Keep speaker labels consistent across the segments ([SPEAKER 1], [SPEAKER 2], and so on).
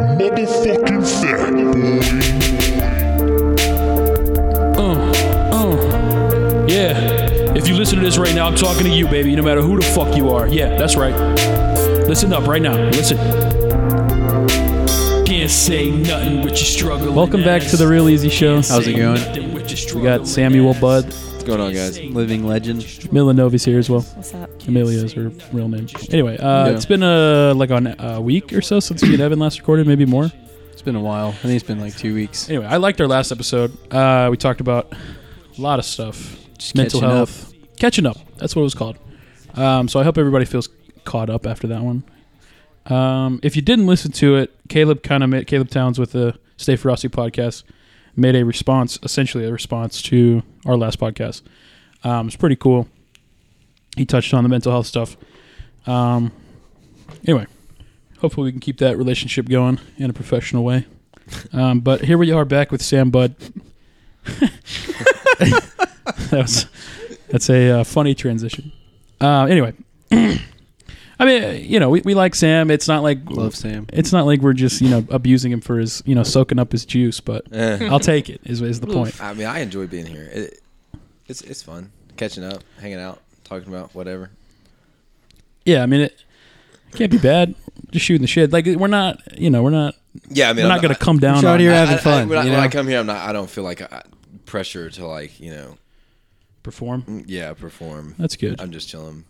[SPEAKER 1] motherfucking set, boy.
[SPEAKER 2] Uh, Yeah. If you listen to this right now, I'm talking to you, baby, no matter who the fuck you are. Yeah, that's right. Listen up right now. Listen. Can't say nothing with your struggle.
[SPEAKER 3] Welcome back to the Real Easy Show.
[SPEAKER 4] How's it going?
[SPEAKER 3] We got Samuel Bud.
[SPEAKER 4] What's going on, guys? Living legend.
[SPEAKER 3] Milanovi's here as well.
[SPEAKER 5] What's up?
[SPEAKER 3] Amelia is her real name. Anyway, uh,
[SPEAKER 4] Yeah.
[SPEAKER 3] it's been uh, like on a week or so since me and Evan last recorded, maybe more.
[SPEAKER 4] It's been a while. I think it's been like two weeks.
[SPEAKER 3] Anyway, I liked our last episode. Uh, we talked about a lot of stuff mental
[SPEAKER 4] catching
[SPEAKER 3] health. Catching up. That's what it was called. Um, so I hope everybody feels caught up after that one. Um, if you didn't listen to it, Caleb kind of made Caleb Towns with the Stay Frosty podcast made a response, essentially a response to our last podcast. Um, it's pretty cool. He touched on the mental health stuff. Um, anyway, hopefully we can keep that relationship going in a professional way. Um, but here we are back with Sam Bud. that was that's a uh, funny transition. Uh, anyway, I mean, you know, we, we like Sam. It's not like
[SPEAKER 4] Love Sam.
[SPEAKER 3] it's not like we're just you know abusing him for his you know soaking up his juice, but
[SPEAKER 6] Eh.
[SPEAKER 3] I'll take it. Is is the point?
[SPEAKER 6] I mean, I enjoy being here. It, it's it's fun catching up, hanging out, talking about whatever.
[SPEAKER 3] Yeah, I mean it can't be bad. Just shooting the shit. Like we're not you know we're not
[SPEAKER 6] Yeah, I mean,
[SPEAKER 3] we're
[SPEAKER 6] I'm
[SPEAKER 3] not gonna come down.
[SPEAKER 4] Shout
[SPEAKER 3] on
[SPEAKER 4] out here
[SPEAKER 6] I- I-
[SPEAKER 4] having
[SPEAKER 6] I-
[SPEAKER 4] fun,
[SPEAKER 6] when, I,
[SPEAKER 4] you
[SPEAKER 6] when I
[SPEAKER 4] know?
[SPEAKER 6] come here, I'm not. I don't feel like I, pressure to like you know,
[SPEAKER 3] perform.
[SPEAKER 6] yeah, perform.
[SPEAKER 3] That's good.
[SPEAKER 6] I'm just chilling,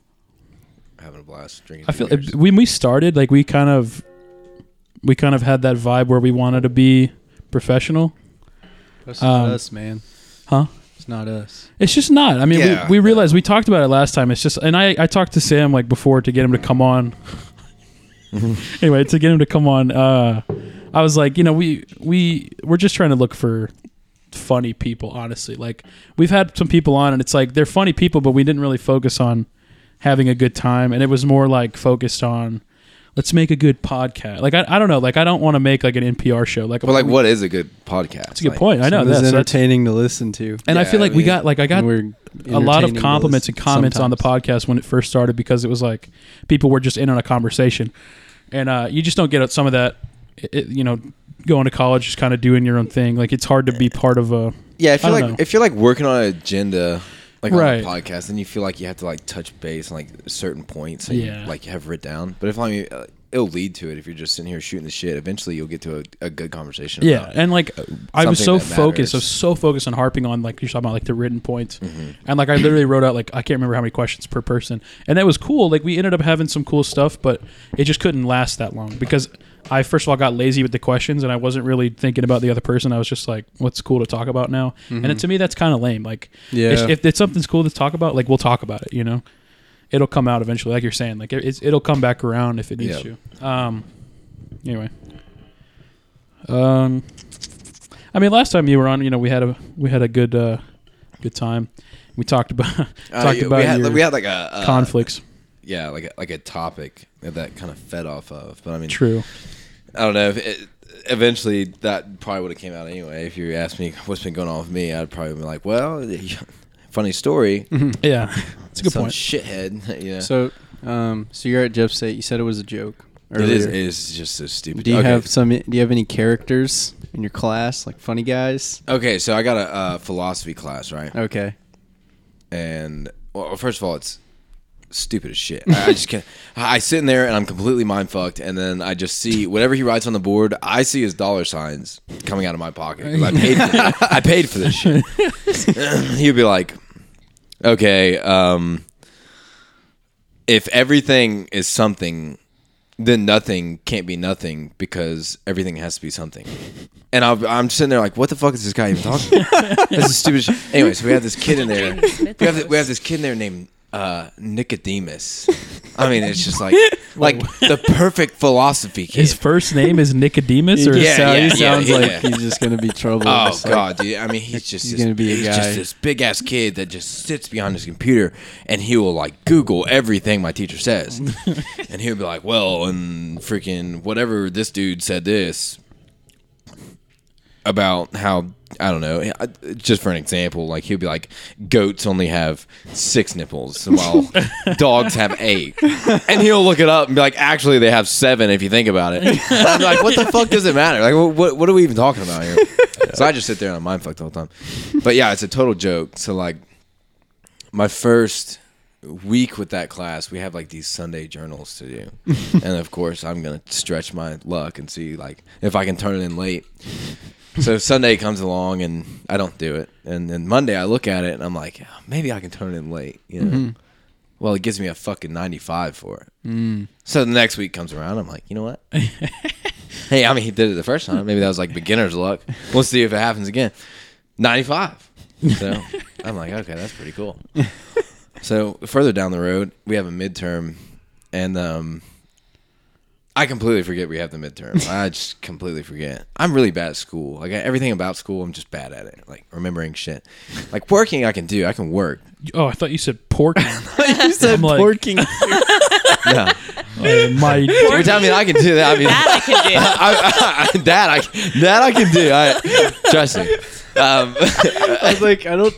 [SPEAKER 6] having a blast, drinking.
[SPEAKER 3] I feel when we started, like we kind of we kind of had that vibe where we wanted to be professional.
[SPEAKER 4] It's
[SPEAKER 3] not
[SPEAKER 4] not
[SPEAKER 3] Um,
[SPEAKER 4] us, man.
[SPEAKER 3] huh?
[SPEAKER 4] It's not us.
[SPEAKER 3] It's just not. I mean,
[SPEAKER 6] Yeah.
[SPEAKER 3] we, we realized we talked about it last time. It's just, and I, I talked to Sam like before to get him to come on. anyway, to get him to come on, uh, I was like, you know, we we we're just trying to look for funny people. Honestly, like we've had some people on, and it's like they're funny people, but we didn't really focus on having a good time, and it was more like focused on. Let's make a good podcast. Like I, I don't know. Like I don't want to make like an NPR show. Like,
[SPEAKER 6] but like, what is a good podcast?
[SPEAKER 3] That's a good point. I know
[SPEAKER 4] it
[SPEAKER 3] that's
[SPEAKER 4] was
[SPEAKER 3] that's-
[SPEAKER 4] entertaining to listen to.
[SPEAKER 3] And I
[SPEAKER 6] Yeah,
[SPEAKER 3] feel
[SPEAKER 6] I
[SPEAKER 3] like we
[SPEAKER 6] mean,
[SPEAKER 3] got like I got
[SPEAKER 4] we're
[SPEAKER 3] a lot of
[SPEAKER 4] entertaining to
[SPEAKER 3] compliments
[SPEAKER 4] listen
[SPEAKER 3] and comments on the
[SPEAKER 4] sometimes.
[SPEAKER 3] podcast when it first started because it was like people were just in on a conversation, and uh, you just don't get some of that. It, it- you know, going to college, just kind of doing your own thing. Like it's hard to be part of a.
[SPEAKER 6] Uh, Yeah, I feel
[SPEAKER 3] don't
[SPEAKER 6] like
[SPEAKER 3] know.
[SPEAKER 6] if you're like working on an agenda, like
[SPEAKER 3] Right.
[SPEAKER 6] on a podcast, then you feel like you have to like touch base on like certain points that
[SPEAKER 3] Yeah.
[SPEAKER 6] you like have writ down. But if I mean, uh, it'll lead to it if you're just sitting here shooting the shit. Eventually, you'll get to a, a good conversation.
[SPEAKER 3] Yeah,
[SPEAKER 6] about it.
[SPEAKER 3] and like I was so
[SPEAKER 6] Something that
[SPEAKER 3] focused, I was
[SPEAKER 6] matters.
[SPEAKER 3] so focused on harping on like you're talking about like the written points,
[SPEAKER 6] Mm-hmm.
[SPEAKER 3] and like I literally wrote out like I can't remember how many questions per person, and that was cool. Like we ended up having some cool stuff, but it just couldn't last that long because I first of all got lazy with the questions, and I wasn't really thinking about the other person. I was just like, what's cool to talk about now?
[SPEAKER 6] Mm-hmm.
[SPEAKER 3] And to me, that's kind of lame. Like,
[SPEAKER 4] Yeah.
[SPEAKER 3] if, if it's something's cool to talk about, like we'll talk about it. You know, it'll come out eventually. Like you're saying, like it, it's, it'll come back around if it needs
[SPEAKER 6] Yeah.
[SPEAKER 3] to. Um, anyway. Um, I mean, last time you were on, you know, we had a we had a good uh, good time. We talked about
[SPEAKER 6] Uh,
[SPEAKER 3] talked
[SPEAKER 6] yeah,
[SPEAKER 3] about
[SPEAKER 6] we had,
[SPEAKER 3] your
[SPEAKER 6] we had like a uh,
[SPEAKER 3] conflicts.
[SPEAKER 6] Yeah, like a, like a topic that, that kind of fed off of. But I mean,
[SPEAKER 3] True.
[SPEAKER 6] I don't know. If it, eventually, that probably would have came out anyway. If you asked me what's been going on with me, I'd probably be like, well, funny story.
[SPEAKER 3] Yeah, Mm-hmm. it's a good
[SPEAKER 6] some
[SPEAKER 3] point.
[SPEAKER 6] shithead. yeah.
[SPEAKER 4] So, um, so you're at Jeff State. You said it was a joke.
[SPEAKER 6] It is,
[SPEAKER 4] earlier.
[SPEAKER 6] it is just so stupid.
[SPEAKER 4] Do you
[SPEAKER 6] okay.
[SPEAKER 4] have some? Do you have any characters in your class, like funny guys?
[SPEAKER 6] Okay, so I got a uh, philosophy class, right?
[SPEAKER 4] Okay.
[SPEAKER 6] And well, first of all, it's stupid as shit. I, I just can't. I I sit in there and I'm completely mind fucked, and then I just see whatever he writes on the board. I see his dollar signs coming out of my pocket. 'cause I paid. For it. I paid for this shit. He'd be like, "Okay, um, if everything is something." Then nothing can't be nothing because everything has to be something. And I'll, I'm sitting there like, what the fuck is this guy even talking? about? this is stupid. Shit. Anyway, so we have this kid in there. We have, th- we have this kid in there named uh, Nicodemus. I mean, it's just like like the perfect philosophy kid.
[SPEAKER 3] His first name is Nicodemus, or
[SPEAKER 6] Yeah,
[SPEAKER 4] So
[SPEAKER 6] yeah,
[SPEAKER 4] he
[SPEAKER 6] yeah,
[SPEAKER 4] sounds
[SPEAKER 6] yeah.
[SPEAKER 4] like he's just gonna be trouble.
[SPEAKER 6] Oh
[SPEAKER 4] It's like,
[SPEAKER 6] god, dude! I mean, he's just
[SPEAKER 4] He's
[SPEAKER 6] this,
[SPEAKER 4] gonna be a
[SPEAKER 6] he's just
[SPEAKER 4] guy.
[SPEAKER 6] this big ass kid that just sits behind his computer and he will like Google everything my teacher says, and he'll be like, "Well, and freaking whatever this dude said this." about how I don't know. I- Just for an example, like he'll be like, goats only have six nipples, while dogs have eight, and he'll look it up and be like, actually, they have seven if you think about it. And I'm like, what the fuck does it matter? Like, wh- what what are we even talking about here? So I just sit there and I'm mind fucked the whole time. But yeah, it's a total joke. So like, my first week with that class, we have like these Sunday journals to do. and of course, I'm going to stretch my luck and see like if I can turn it in late. So Sunday comes along and I don't do it. And then Monday I look at it and I'm like, "Oh, maybe I can turn it in late, you know. Well, it gives me a fucking 95 for it. So the next week comes around, I'm like, you know what? hey, I mean, he did it the first time. Maybe that was like beginner's luck. We'll see if it happens again. 95. So I'm like, okay, that's pretty cool. So further down the road, we have a midterm, and um, I completely forget we have the midterm. I just completely forget. I'm really bad at school. Like everything about school, I'm just bad at it. Like remembering shit. Like working, I can do. I can work.
[SPEAKER 3] Oh, I thought you said pork.
[SPEAKER 4] you said
[SPEAKER 3] I'm like-
[SPEAKER 4] porking.
[SPEAKER 6] Yeah.
[SPEAKER 3] oh, my.
[SPEAKER 6] Every time that I can do that, I mean,
[SPEAKER 1] That I can do.
[SPEAKER 6] I, I, that I that I can do. I, trust me. Um,
[SPEAKER 4] I was like, I don't.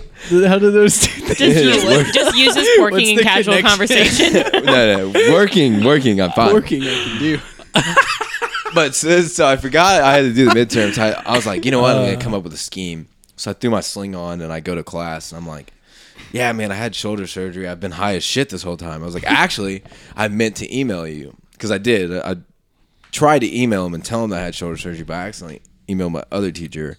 [SPEAKER 4] How do those two things?
[SPEAKER 1] Just,
[SPEAKER 6] It is
[SPEAKER 1] use, just use this
[SPEAKER 4] What's
[SPEAKER 1] working in
[SPEAKER 4] the
[SPEAKER 1] casual
[SPEAKER 4] connection?
[SPEAKER 1] conversation.
[SPEAKER 6] no, no, working, working, I'm fine.
[SPEAKER 4] Porking, I can do.
[SPEAKER 6] but so, so I forgot I had to do the midterms. I, I was like, you know what? I'm gonna come up with a scheme. So I threw my sling on and I go to class and I'm like, yeah, man, I had shoulder surgery. I've been high as shit this whole time. I was like, actually, I meant to email you because I did. I, I tried to email him and tell him that I had shoulder surgery, but I accidentally emailed my other teacher.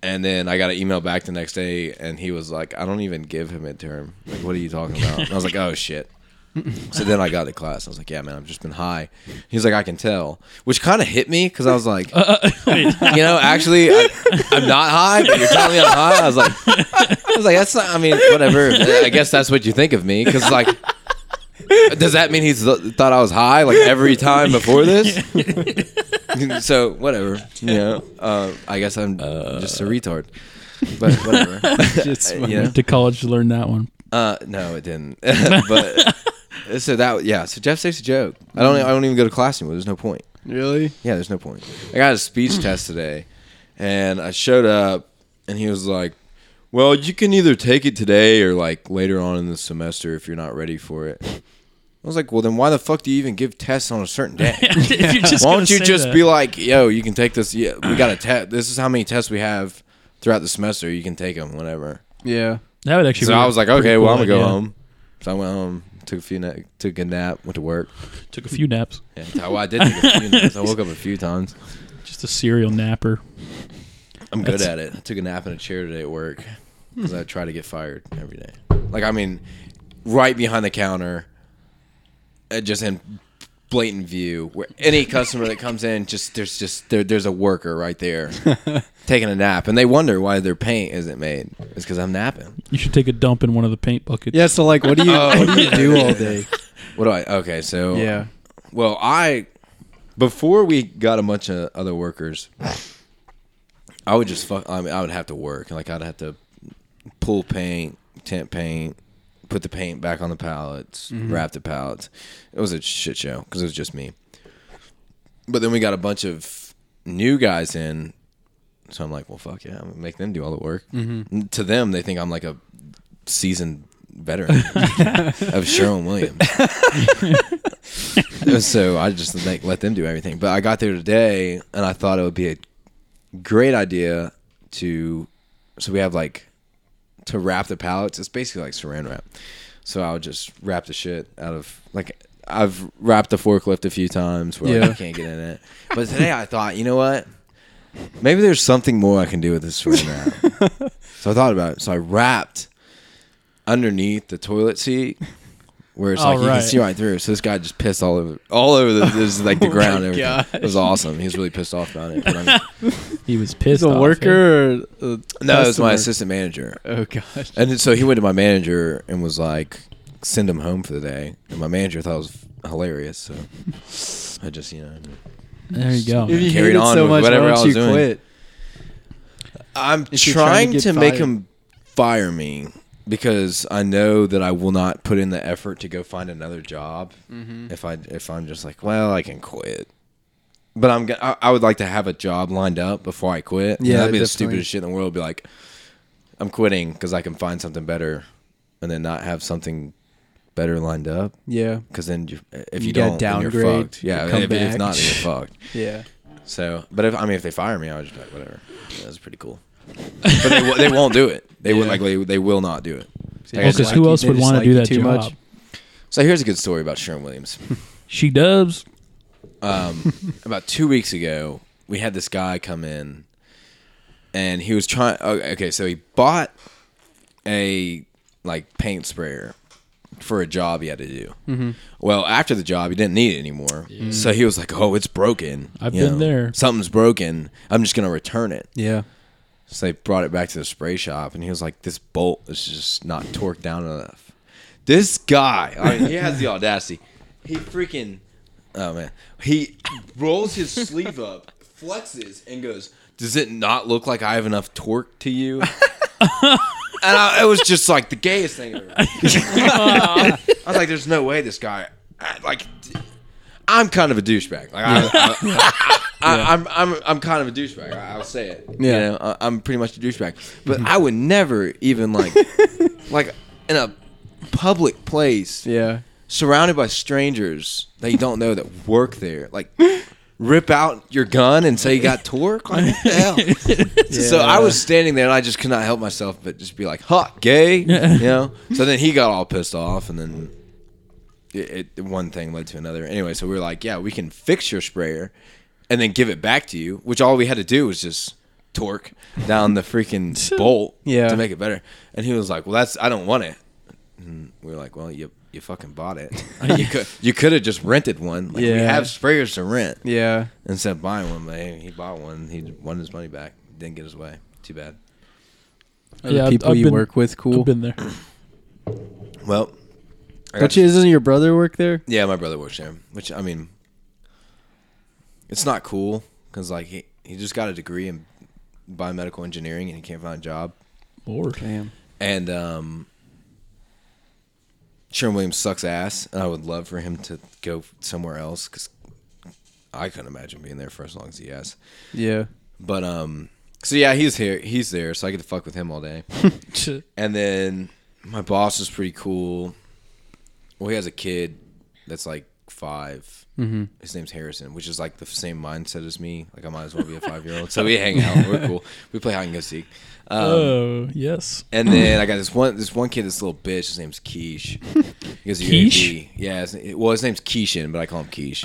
[SPEAKER 6] And then I got an email back the next day, and he was like, "I don't even give him midterm. Like, what are you talking about?" And I was like, "Oh shit." So then I got to class. I was like, "Yeah, man, I've just been high." He's like, "I can tell," which kind of hit me because I was like, "You know, actually, I, I'm not high, but you're telling me I'm high." I was like, "I was like, that's not. I mean, whatever. I guess that's what you think of me." Because like, does that mean he's thought I was high like every time before this? so whatever. You know, uh, I guess I'm just a retard. But whatever.
[SPEAKER 4] Just
[SPEAKER 6] yeah.
[SPEAKER 3] Went to college to learn that one.
[SPEAKER 6] Uh, no, it didn't. but uh, so that yeah. So Jeff State's a joke. I don't. I don't even go to class anymore. There's no point.
[SPEAKER 4] really.
[SPEAKER 6] Yeah, there's no point. I got a speech test today, and I showed up, and he was like, "Well, you can either take it today or like later on in the semester if you're not ready for it." I was like, "Well, then why the fuck do you even give tests on a certain day?"
[SPEAKER 3] If you're just
[SPEAKER 6] Why
[SPEAKER 3] gonna
[SPEAKER 6] don't you
[SPEAKER 3] say
[SPEAKER 6] just
[SPEAKER 3] that.
[SPEAKER 6] be like, yo, you can take this. Yeah, we got a test. This is how many tests we have throughout the semester. You can take them whenever.
[SPEAKER 4] Yeah.
[SPEAKER 3] That would actually.
[SPEAKER 6] So
[SPEAKER 3] be
[SPEAKER 6] I was like,
[SPEAKER 3] pretty
[SPEAKER 6] okay,
[SPEAKER 3] cool
[SPEAKER 6] well, I'm gonna go
[SPEAKER 3] idea.
[SPEAKER 6] home. So I went home, took a few, na- took a nap, went to work.
[SPEAKER 3] Took a few naps.
[SPEAKER 6] Yeah, that's how I did. Take a few naps. I woke up a few times.
[SPEAKER 3] Just a serial napper.
[SPEAKER 6] I'm good
[SPEAKER 3] That's-
[SPEAKER 6] at it. I took a nap in a chair today at work because I try to get fired every day. Like, I mean, right behind the counter, uh, just in blatant view, where any customer that comes in, just there's just there, there's a worker right there taking a nap, and they wonder why their paint isn't made. It's because I'm napping.
[SPEAKER 3] You should take a dump in one of the paint buckets.
[SPEAKER 4] Yeah. So like, what do you
[SPEAKER 6] Oh,
[SPEAKER 4] what do you do all day?
[SPEAKER 6] What do I? Okay, so
[SPEAKER 4] Yeah.
[SPEAKER 6] Well, I before we got a bunch of other workers, I would just fuck. I mean, I would have to work. Like I'd have to pull paint, tent paint, put the paint back on the pallets, wrap the pallets. It was a shit show because it was just me. But then we got a bunch of new guys in, so I'm like, well, fuck yeah, I'm gonna make them do all the work. Mm-hmm. To them, they think I'm like a seasoned veteran of Sharon Williams. so I just like let them do everything. But I got there today, and I thought it would be a great idea to. So we have like to wrap the pallets. It's basically like Saran wrap. So I'll just wrap the shit out of like I've wrapped the forklift a few times where like,
[SPEAKER 4] Yeah.
[SPEAKER 6] I can't get in it. But today I thought, you know what? Maybe there's something more I can do with this Saran wrap. so I thought about it. So I wrapped underneath the toilet seat. Where it's
[SPEAKER 3] All
[SPEAKER 6] like you
[SPEAKER 3] right.
[SPEAKER 6] can see right through. So this guy just pissed all over, all over the, this, like the ground. and everything.
[SPEAKER 4] gosh.
[SPEAKER 6] It was awesome. He was really pissed off about it. But I'm-
[SPEAKER 3] He was pissed.
[SPEAKER 4] The
[SPEAKER 3] off,
[SPEAKER 4] worker. Or, uh,
[SPEAKER 6] no, it was my
[SPEAKER 4] customer?
[SPEAKER 6] assistant manager.
[SPEAKER 4] Oh gosh.
[SPEAKER 6] And then- so he went to my manager and was like, "Send him home for the day." And my manager thought it was hilarious, so I just you know.
[SPEAKER 3] eh? There you go.
[SPEAKER 4] If you
[SPEAKER 6] Carried
[SPEAKER 4] hate it
[SPEAKER 6] on
[SPEAKER 4] so
[SPEAKER 6] with
[SPEAKER 4] much, why
[SPEAKER 6] whatever I
[SPEAKER 4] don't
[SPEAKER 6] was
[SPEAKER 4] you
[SPEAKER 6] doing.
[SPEAKER 4] quit?
[SPEAKER 6] I'm
[SPEAKER 4] If
[SPEAKER 6] trying,
[SPEAKER 4] you're trying
[SPEAKER 6] to,
[SPEAKER 4] to get
[SPEAKER 6] make
[SPEAKER 4] fired.
[SPEAKER 6] him fire me because I know that I will not put in the
[SPEAKER 4] Mm-hmm.
[SPEAKER 6] effort to go find another job if I if I'm just like, well, I can quit. But I'm. g- I, I would like to have a job lined up before I quit.
[SPEAKER 4] Yeah,
[SPEAKER 6] Yeah, that'd be the
[SPEAKER 4] definitely.
[SPEAKER 6] stupidest shit in the world. Be like, I'm quitting because I can find something better, and then not have something better lined up.
[SPEAKER 4] Yeah.
[SPEAKER 6] Because then, you, if you,
[SPEAKER 4] You gotta
[SPEAKER 6] don't, then you're
[SPEAKER 4] downgrade,
[SPEAKER 6] fucked. Yeah,
[SPEAKER 4] come
[SPEAKER 6] if, if
[SPEAKER 4] back.
[SPEAKER 6] not, then you're fucked.
[SPEAKER 4] Yeah.
[SPEAKER 6] So, but if I mean, if they fire me, I would just be like, whatever. Yeah, that's pretty cool. But they, wo- they won't do it. They would
[SPEAKER 4] Yeah.
[SPEAKER 6] like they, they will not do it.
[SPEAKER 4] They
[SPEAKER 3] Well,
[SPEAKER 4] just
[SPEAKER 3] 'cause
[SPEAKER 4] like
[SPEAKER 3] who
[SPEAKER 4] you-
[SPEAKER 3] else
[SPEAKER 4] they
[SPEAKER 3] would
[SPEAKER 4] just
[SPEAKER 3] want to
[SPEAKER 4] like
[SPEAKER 3] do
[SPEAKER 4] you
[SPEAKER 3] that
[SPEAKER 4] too
[SPEAKER 3] job?
[SPEAKER 4] much.
[SPEAKER 6] So here's a good story about Sherman Williams.
[SPEAKER 3] She does.
[SPEAKER 6] um, about two weeks ago, we had this guy come in, and he was trying. oh, Okay, so he bought a like paint sprayer for a job he had to do.
[SPEAKER 3] Mm-hmm.
[SPEAKER 6] Well, after the job, he didn't need it anymore, so he was like, "Oh, it's broken.
[SPEAKER 3] I've been there.
[SPEAKER 6] Something's broken. I'm just gonna return it."
[SPEAKER 4] Yeah.
[SPEAKER 6] So they brought it back to the spray shop, and he was like, "This bolt is just not torqued down enough." This guy, I mean, he has the audacity. He freaking, oh man, he rolls his sleeve up, flexes, and goes, "Does it not look like I have enough torque to you?" and I, it was just like the gayest thing ever. I was like, "There's no way this guy, I- like." I'm kind of a douchebag. Like I, I, I, I'm, I'm, I'm kind of a douchebag. I, I'll say it.
[SPEAKER 4] Yeah.
[SPEAKER 6] you know, I, I'm pretty much a douchebag. But I would never even like, like in a public place,
[SPEAKER 4] Yeah.
[SPEAKER 6] surrounded by strangers that you don't know that work there, like rip out your gun and say you got torque. Like, what the hell? So I was standing there and I just could not help myself but just be like, "Huh, gay," you know. So then he got all pissed off, and then it, it one thing led to another. Anyway, so we were like, "Yeah, we can fix your sprayer, and then give it back to you." Which all we had to do was just torque down the freaking bolt
[SPEAKER 4] Yeah.
[SPEAKER 6] to make it better. And he was like, "Well, that's I don't want it." And we were like, "Well, you you fucking bought it. Like, you could you could have just rented one. Like, We
[SPEAKER 4] Yeah.
[SPEAKER 6] have sprayers to rent."
[SPEAKER 4] Yeah.
[SPEAKER 6] instead of buying one. But hey, he bought one. He won his money back. Didn't get his way. Too bad.
[SPEAKER 4] Other
[SPEAKER 3] Yeah, I've-
[SPEAKER 4] people
[SPEAKER 3] I've
[SPEAKER 4] you
[SPEAKER 3] been-
[SPEAKER 4] work with, cool.
[SPEAKER 3] I've been there.
[SPEAKER 6] Well, I got
[SPEAKER 4] Don't you, doesn't your brother work there?
[SPEAKER 6] yeah, my brother works there, which I mean, it's not cool because like he he just got a degree in biomedical engineering and he can't find a job.
[SPEAKER 3] Lord.
[SPEAKER 4] Damn.
[SPEAKER 6] And um, Sherman Williams sucks ass, and I would love for him to go somewhere else because I couldn't imagine being there for as long as he has.
[SPEAKER 4] Yeah.
[SPEAKER 6] But um, so yeah, he's here, he's there, so I get to fuck with him all day. And then my boss is pretty cool. Well, he has a kid that's like 5 Mm-hmm. His name's Harrison, which is like the same mindset as me. Like I might as well be a five year old. So we hang out. We're cool. We play hide and go seek. Um,
[SPEAKER 3] Oh, yes.
[SPEAKER 6] and then I got this one this one kid, this little bitch. His name's Keish. He goes to
[SPEAKER 3] Keish?
[SPEAKER 6] UAB. Yeah. His, well, his name's Keishan, but I call him Keish.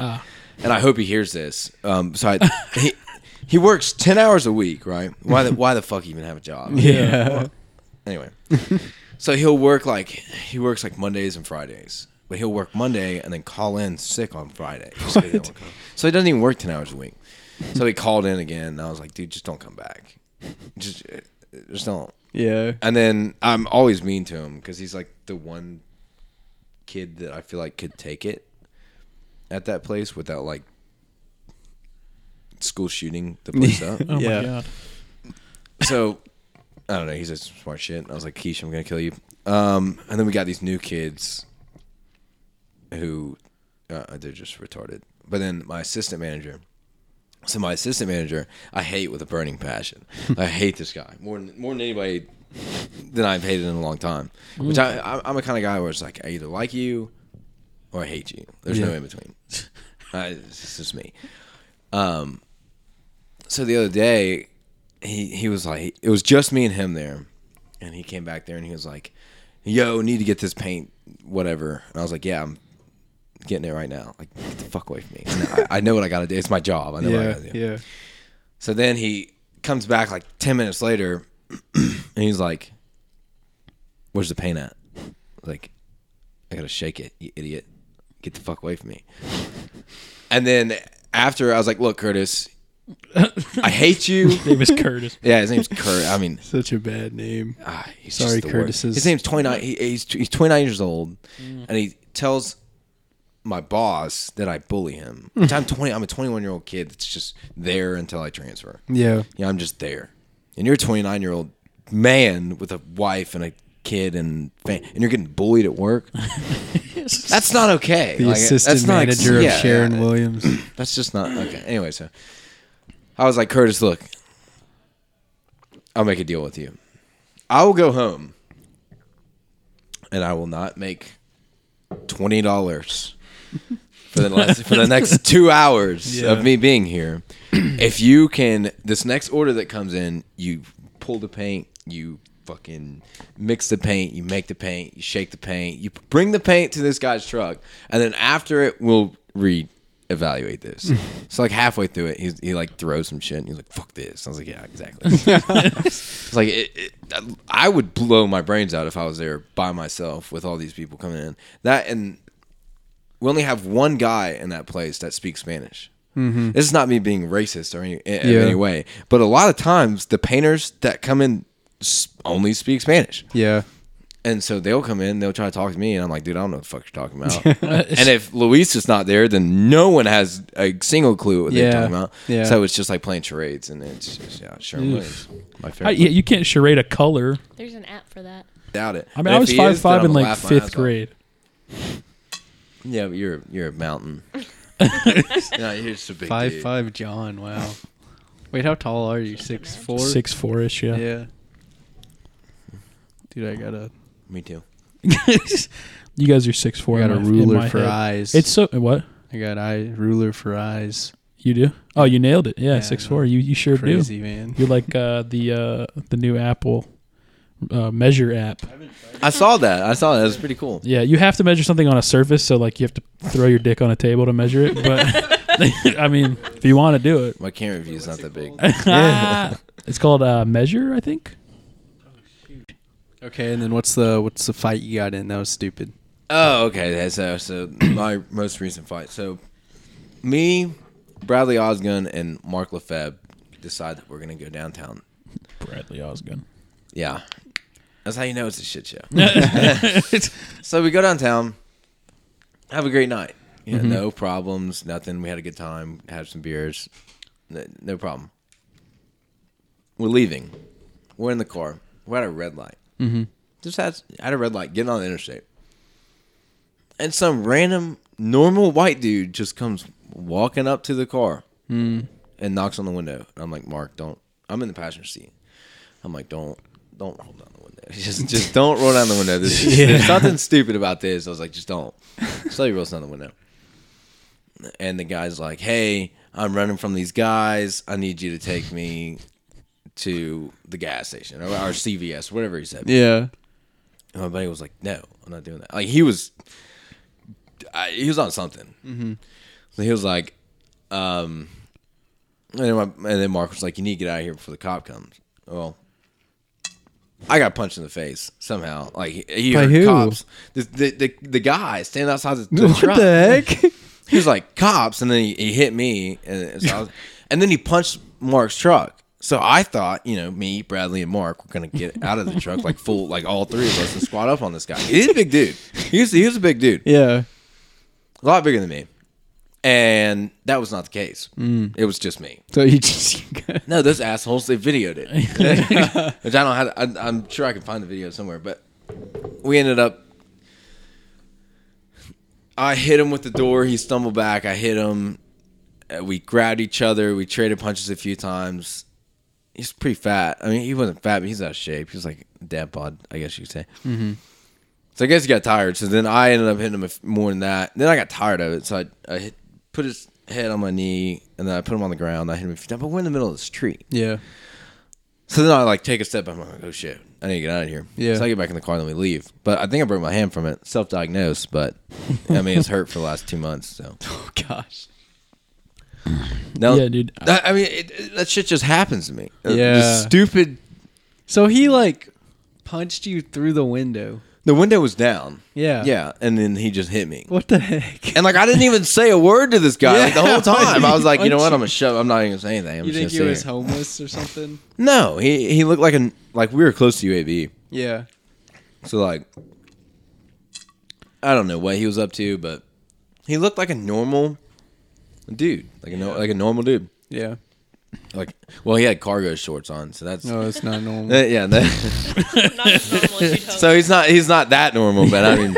[SPEAKER 6] And I hope he hears this. Um, so I, he he works ten hours a week, right? Why the why the fuck even have a job?
[SPEAKER 4] Yeah.
[SPEAKER 6] anyway so he'll work like he works like mondays and fridays but he'll work monday and then call in sick on friday so he, don't come. So he doesn't even work 10 hours a week so he called in again and i was like dude just don't come back just uh, just don't
[SPEAKER 4] Yeah.
[SPEAKER 6] and then i'm always mean to him because he's like the one kid that i feel like could take it at that place without like school shooting the place up
[SPEAKER 3] Oh,
[SPEAKER 4] Yeah.
[SPEAKER 3] my God.
[SPEAKER 6] so I don't know. He's a smart shit. I was like, Keish, I'm gonna kill you. Um, and then we got these new kids who uh, they're just retarded. But then my assistant manager. So my assistant manager, I hate with a burning passion. I hate this guy more than more than anybody than I've hated in a long time. Which I, I I'm a kind of guy where it's like I either like you or I hate you. There's no in between. I, this is me. Um, so the other day, he he was like, it was just me and him there, and he came back there and he was like, "Yo, need to get this paint, whatever." And I was like, "Yeah, I'm getting it right now. Like, get the fuck away from me. And I, I know what I gotta do. It's my job. I know what I
[SPEAKER 4] Yeah.
[SPEAKER 6] gotta do."
[SPEAKER 4] Yeah.
[SPEAKER 6] So then he comes back like 10 minutes later and he's like, Where's the paint at? Like, I gotta shake it, you idiot. Get the fuck away from me. And then after I was like, Look, Curtis, I hate you.
[SPEAKER 3] Name is Curtis.
[SPEAKER 6] Yeah, his name's Kurt. I mean,
[SPEAKER 4] Such a bad name.
[SPEAKER 6] ah, he's
[SPEAKER 4] Sorry,
[SPEAKER 6] just the worst.
[SPEAKER 4] Curtis's-
[SPEAKER 6] His name's twenty nine. He, he's he's twenty nine years old, and he tells my boss that I bully him. Which I'm twenty. I'm a twenty one year old kid that's just there until I transfer.
[SPEAKER 4] Yeah.
[SPEAKER 6] Yeah, I'm just there. And you're a 29 year old man with a wife and a kid and fan, and you're getting bullied at work. that's not okay.
[SPEAKER 4] The
[SPEAKER 6] Like,
[SPEAKER 4] assistant
[SPEAKER 6] that's not ex-
[SPEAKER 4] manager
[SPEAKER 6] yeah,
[SPEAKER 4] of Sharon
[SPEAKER 6] yeah,
[SPEAKER 4] Williams.
[SPEAKER 6] That's just not okay. Anyway, so I was like, Curtis, look, I'll make a deal with you. I will go home, and I will not make twenty dollars for the last, for the next two hours
[SPEAKER 3] Yeah.
[SPEAKER 6] of me being here. if you can, this next order that comes in, you pull the paint, you fucking mix the paint, you make the paint, you shake the paint, you bring the paint to this guy's truck, and then after it, we'll re evaluate this. so like halfway through it, he's, he like throws some shit and he's like, fuck this. I was like, yeah, exactly. It's like it, it, I would blow my brains out if I was there by myself with all these people coming in. That and we only have one guy in that place that speaks Spanish. Mm-hmm. This is not me being racist or any, in in
[SPEAKER 4] Yeah.
[SPEAKER 6] any way, but a lot of times the painters that come in s- only speak Spanish,
[SPEAKER 4] Yeah.
[SPEAKER 6] and so they'll come in, they'll try to talk to me, and I'm like, dude, I don't know what the fuck you're talking about. and if Luis is not there, then no one has a single clue what they're
[SPEAKER 4] Yeah.
[SPEAKER 6] talking about.
[SPEAKER 4] Yeah.
[SPEAKER 6] So it's just like playing charades, and it's just, yeah, Sherman Williams, my favorite.
[SPEAKER 3] I, yeah, you can't charade a color.
[SPEAKER 1] There's an app for that.
[SPEAKER 6] Doubt it.
[SPEAKER 3] I mean, I was five five in like fifth grade.
[SPEAKER 6] Yeah, but you're you're a mountain. no, you're just a big
[SPEAKER 4] Five
[SPEAKER 6] dude.
[SPEAKER 4] five John. Wow. Wait, how tall are you? Six four.
[SPEAKER 3] Six four ish. Yeah.
[SPEAKER 4] Yeah. Dude, I got a
[SPEAKER 6] Me too.
[SPEAKER 3] you guys are six four.
[SPEAKER 4] I got a ruler for
[SPEAKER 3] eyes.
[SPEAKER 4] eyes.
[SPEAKER 3] It's so what
[SPEAKER 4] I got eye ruler for eyes.
[SPEAKER 3] you do? Oh, you nailed it. Yeah,
[SPEAKER 4] Yeah, I
[SPEAKER 3] six
[SPEAKER 4] know.
[SPEAKER 3] four. You you sure
[SPEAKER 4] Crazy man.
[SPEAKER 3] do. You're like uh, the uh, the new Apple uh, measure app.
[SPEAKER 6] I saw that. I saw that. It was pretty cool.
[SPEAKER 3] Yeah, you have to measure something on a surface, so like you have to throw your dick on a table to measure it. But I mean, if you want to do it,
[SPEAKER 6] My camera view is not that big. Ah.
[SPEAKER 3] it's called uh, measure. I think.
[SPEAKER 4] Okay, and then what's the what's the fight you got in? That was stupid.
[SPEAKER 6] Oh, okay. So, so my most recent fight. So, me, Bradley Osgun, and Mark Lefebvre decide that we're gonna go downtown.
[SPEAKER 3] Bradley Osgood.
[SPEAKER 6] Yeah, that's how you know it's a shit show. so we go downtown, have a great night. You know, No problems, nothing. We had a good time, had some beers, no, no problem. We're leaving. We're in the car. We're at a red light. Mm-hmm. Just had at a red light, getting on the interstate, and some random normal white dude just comes walking up to the car and knocks on the window. And I'm like, Mark, don't. I'm in the passenger seat. I'm like, don't, don't roll down the window. Just, just don't roll down the window. This is, There's nothing stupid about this. I was like, just don't. So he rolls down the window, and the guy's like, hey, I'm running from these guys. I need you to take me to the gas station or, or CVS, whatever he said.
[SPEAKER 4] Yeah.
[SPEAKER 6] And my buddy was like, "No, I'm not doing that." Like he was, I, he was on something. So
[SPEAKER 4] Mm-hmm.
[SPEAKER 6] he was like, um, and then, my, and then Mark was like, "You need to get out of here before the cop comes." Well, I got punched in the face somehow. Like he, he
[SPEAKER 4] By
[SPEAKER 6] heard
[SPEAKER 4] who?
[SPEAKER 6] cops. The, the the the guy standing outside the, the
[SPEAKER 4] what
[SPEAKER 6] truck.
[SPEAKER 4] the heck?
[SPEAKER 6] He was like cops, and then he, he hit me, and so I was- and then he punched Mark's truck. So I thought, you know, me, Bradley, and Mark were gonna get out of the truck like full, like all three of us, and squat up on this guy. He's a big dude. He was, he was a big dude,
[SPEAKER 4] yeah.
[SPEAKER 6] a lot bigger than me, and that was not the case. It was just me.
[SPEAKER 4] So you just
[SPEAKER 6] No, those assholes they videoed it, which I don't have. I, I'm sure I can find the video somewhere, but we ended up. I hit him with the door. He stumbled back. I hit him. Uh, We grabbed each other. We traded punches a few times. He's pretty fat. I mean, he wasn't fat, but he's out of shape. He was like a dad bod, I guess you could say. So I guess he got tired. So then I ended up hitting him a f- more than that. Then I got tired of it. So I, I hit, put his head on my knee and then I put him on the ground. I hit him a few times, but we're in the middle of the street.
[SPEAKER 4] Yeah.
[SPEAKER 6] So then I like take a step. I'm like, oh shit, I need to get out of here.
[SPEAKER 4] Yeah.
[SPEAKER 6] So I get back in the car and then we leave. But I think I broke my hand from it. Self diagnosed, but I mean, it's hurt for the last two months. So
[SPEAKER 4] Oh gosh.
[SPEAKER 6] no,
[SPEAKER 3] Yeah, dude.
[SPEAKER 6] That, I mean, it, it- that shit just happens to me. Uh, the
[SPEAKER 4] Yeah.
[SPEAKER 6] stupid.
[SPEAKER 4] So he like punched you through the window.
[SPEAKER 6] The window was down.
[SPEAKER 4] Yeah.
[SPEAKER 6] Yeah, and then he just hit me.
[SPEAKER 4] What the heck?
[SPEAKER 6] And like I didn't even say a word to this guy like, the
[SPEAKER 4] Yeah,
[SPEAKER 6] whole time. I was like, you know
[SPEAKER 4] why
[SPEAKER 6] what?
[SPEAKER 4] you-
[SPEAKER 6] I'm gonna shove. I'm not even gonna say anything. I'm
[SPEAKER 4] you
[SPEAKER 6] just
[SPEAKER 4] think he
[SPEAKER 6] gonna sit
[SPEAKER 4] was
[SPEAKER 6] here.
[SPEAKER 4] homeless or something?
[SPEAKER 6] No, he he looked like an like we were close to UAB.
[SPEAKER 4] Yeah.
[SPEAKER 6] So like, I don't know what he was up to, but he looked like a normal dude, like a no, like a normal dude.
[SPEAKER 4] Yeah.
[SPEAKER 6] Like, well, he had cargo shorts on, so that's
[SPEAKER 4] No, it's not
[SPEAKER 6] Uh,
[SPEAKER 4] normal.
[SPEAKER 6] yeah. that-
[SPEAKER 1] Not as normal as you'd hope.
[SPEAKER 6] so he's not he's not that normal, but I mean,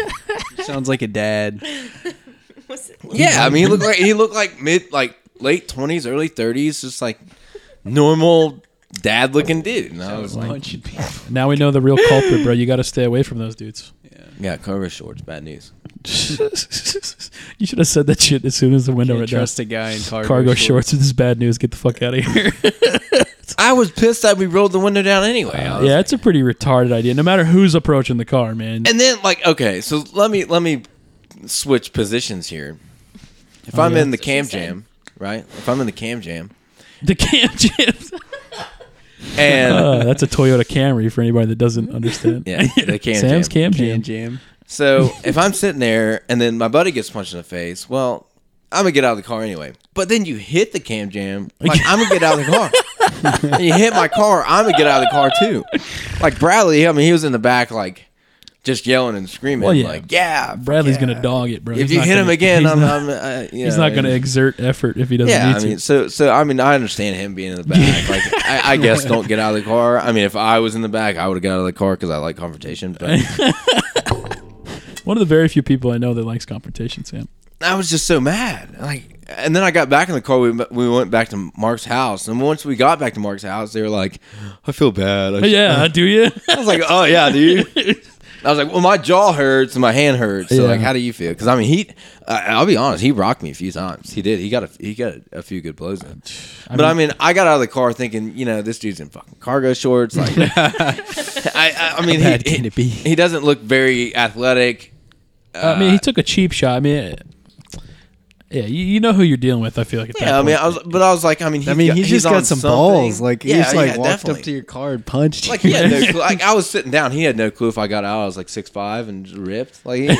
[SPEAKER 4] Sounds like a dad.
[SPEAKER 1] Was it-
[SPEAKER 6] yeah, I mean, he looked like he looked like mid like late twenties, early thirties, just like normal dad looking dude. And I was like,
[SPEAKER 4] Punching people.
[SPEAKER 3] Now we know the real culprit, bro. You got to stay away from those dudes.
[SPEAKER 6] yeah, cargo shorts, bad news.
[SPEAKER 3] you should have said that shit as soon as the window
[SPEAKER 4] Can't
[SPEAKER 3] went down.
[SPEAKER 4] trust a guy in cargo,
[SPEAKER 3] Cargo shorts. This is bad news. Get the fuck out of here.
[SPEAKER 6] I was pissed that we rolled the window down anyway. I was
[SPEAKER 3] yeah, it's a pretty retarded idea. No matter who's approaching the car, man.
[SPEAKER 6] and then like okay so let me let me switch positions here
[SPEAKER 3] Oh,
[SPEAKER 6] if i'm in the cam
[SPEAKER 1] said.
[SPEAKER 6] jam right if i'm in the cam jam
[SPEAKER 3] the Cam Jam.
[SPEAKER 6] and
[SPEAKER 3] Uh, that's a Toyota Camry for anybody that doesn't understand.
[SPEAKER 6] yeah the cam
[SPEAKER 3] Sam's Cam
[SPEAKER 6] jam
[SPEAKER 3] Jam.
[SPEAKER 4] Jam jam.
[SPEAKER 6] so if i'm sitting there and then my buddy gets punched in the face well i'm gonna get out of the car anyway but then you hit the cam jam like i'm gonna get out of the car and you hit my car i'm gonna get out of the car too like bradley i mean he was in the back like just yelling and screaming
[SPEAKER 3] Well, yeah.
[SPEAKER 6] like yeah
[SPEAKER 3] Bradley's gonna dog it, bro.
[SPEAKER 6] if
[SPEAKER 3] He's
[SPEAKER 6] you
[SPEAKER 3] not
[SPEAKER 6] hit him
[SPEAKER 3] gonna-
[SPEAKER 6] again
[SPEAKER 3] he's
[SPEAKER 6] i'm,
[SPEAKER 3] not,
[SPEAKER 6] I'm uh, you
[SPEAKER 3] he's
[SPEAKER 6] know,
[SPEAKER 3] not gonna exert effort if he doesn't
[SPEAKER 6] Yeah,
[SPEAKER 3] need
[SPEAKER 6] I
[SPEAKER 3] to.
[SPEAKER 6] mean, so so I mean, I understand him being in the back. Like, I, I guess don't get out of the car. I mean, if I was in the back, I would have got out of the car because I like confrontation. But
[SPEAKER 3] One of the very few people I know that likes confrontation, Sam.
[SPEAKER 6] I was just so mad. Like, and then I got back in the car. We we went back to Mark's house, and once we got back to Mark's house, they were like, "I feel bad." I,
[SPEAKER 3] Yeah, do you?
[SPEAKER 6] I was like, "Oh yeah, dude." I was like, "Well, my jaw hurts and my hand hurts. So
[SPEAKER 3] Yeah.
[SPEAKER 6] like, how do you feel?" Because I mean, he. I I'll be honest. He rocked me a few times. He did. He got a he got a few good blows in. but I mean, I got out of the car thinking, you know, this dude's in fucking cargo shorts. Like, I, I, I mean,
[SPEAKER 4] How bad
[SPEAKER 6] he,
[SPEAKER 4] can it be?
[SPEAKER 6] he he doesn't look very athletic.
[SPEAKER 3] I mean, he took a cheap shot. I mean, yeah, you, you know who you're dealing with. I feel like at that
[SPEAKER 6] Yeah, I mean,
[SPEAKER 3] point.
[SPEAKER 6] I was, but I was like, I mean, he's
[SPEAKER 4] I mean,
[SPEAKER 6] got-
[SPEAKER 4] he
[SPEAKER 6] he's
[SPEAKER 4] just
[SPEAKER 6] on
[SPEAKER 4] got some
[SPEAKER 6] something.
[SPEAKER 4] balls. Like he
[SPEAKER 6] Yeah,
[SPEAKER 4] just like
[SPEAKER 6] yeah,
[SPEAKER 4] walked
[SPEAKER 6] definitely.
[SPEAKER 4] up to your car and punched.
[SPEAKER 6] Like
[SPEAKER 4] you.
[SPEAKER 6] he had no clue. Like I was sitting down, he had no clue if I got out. I was like six five and just ripped. Like he, he-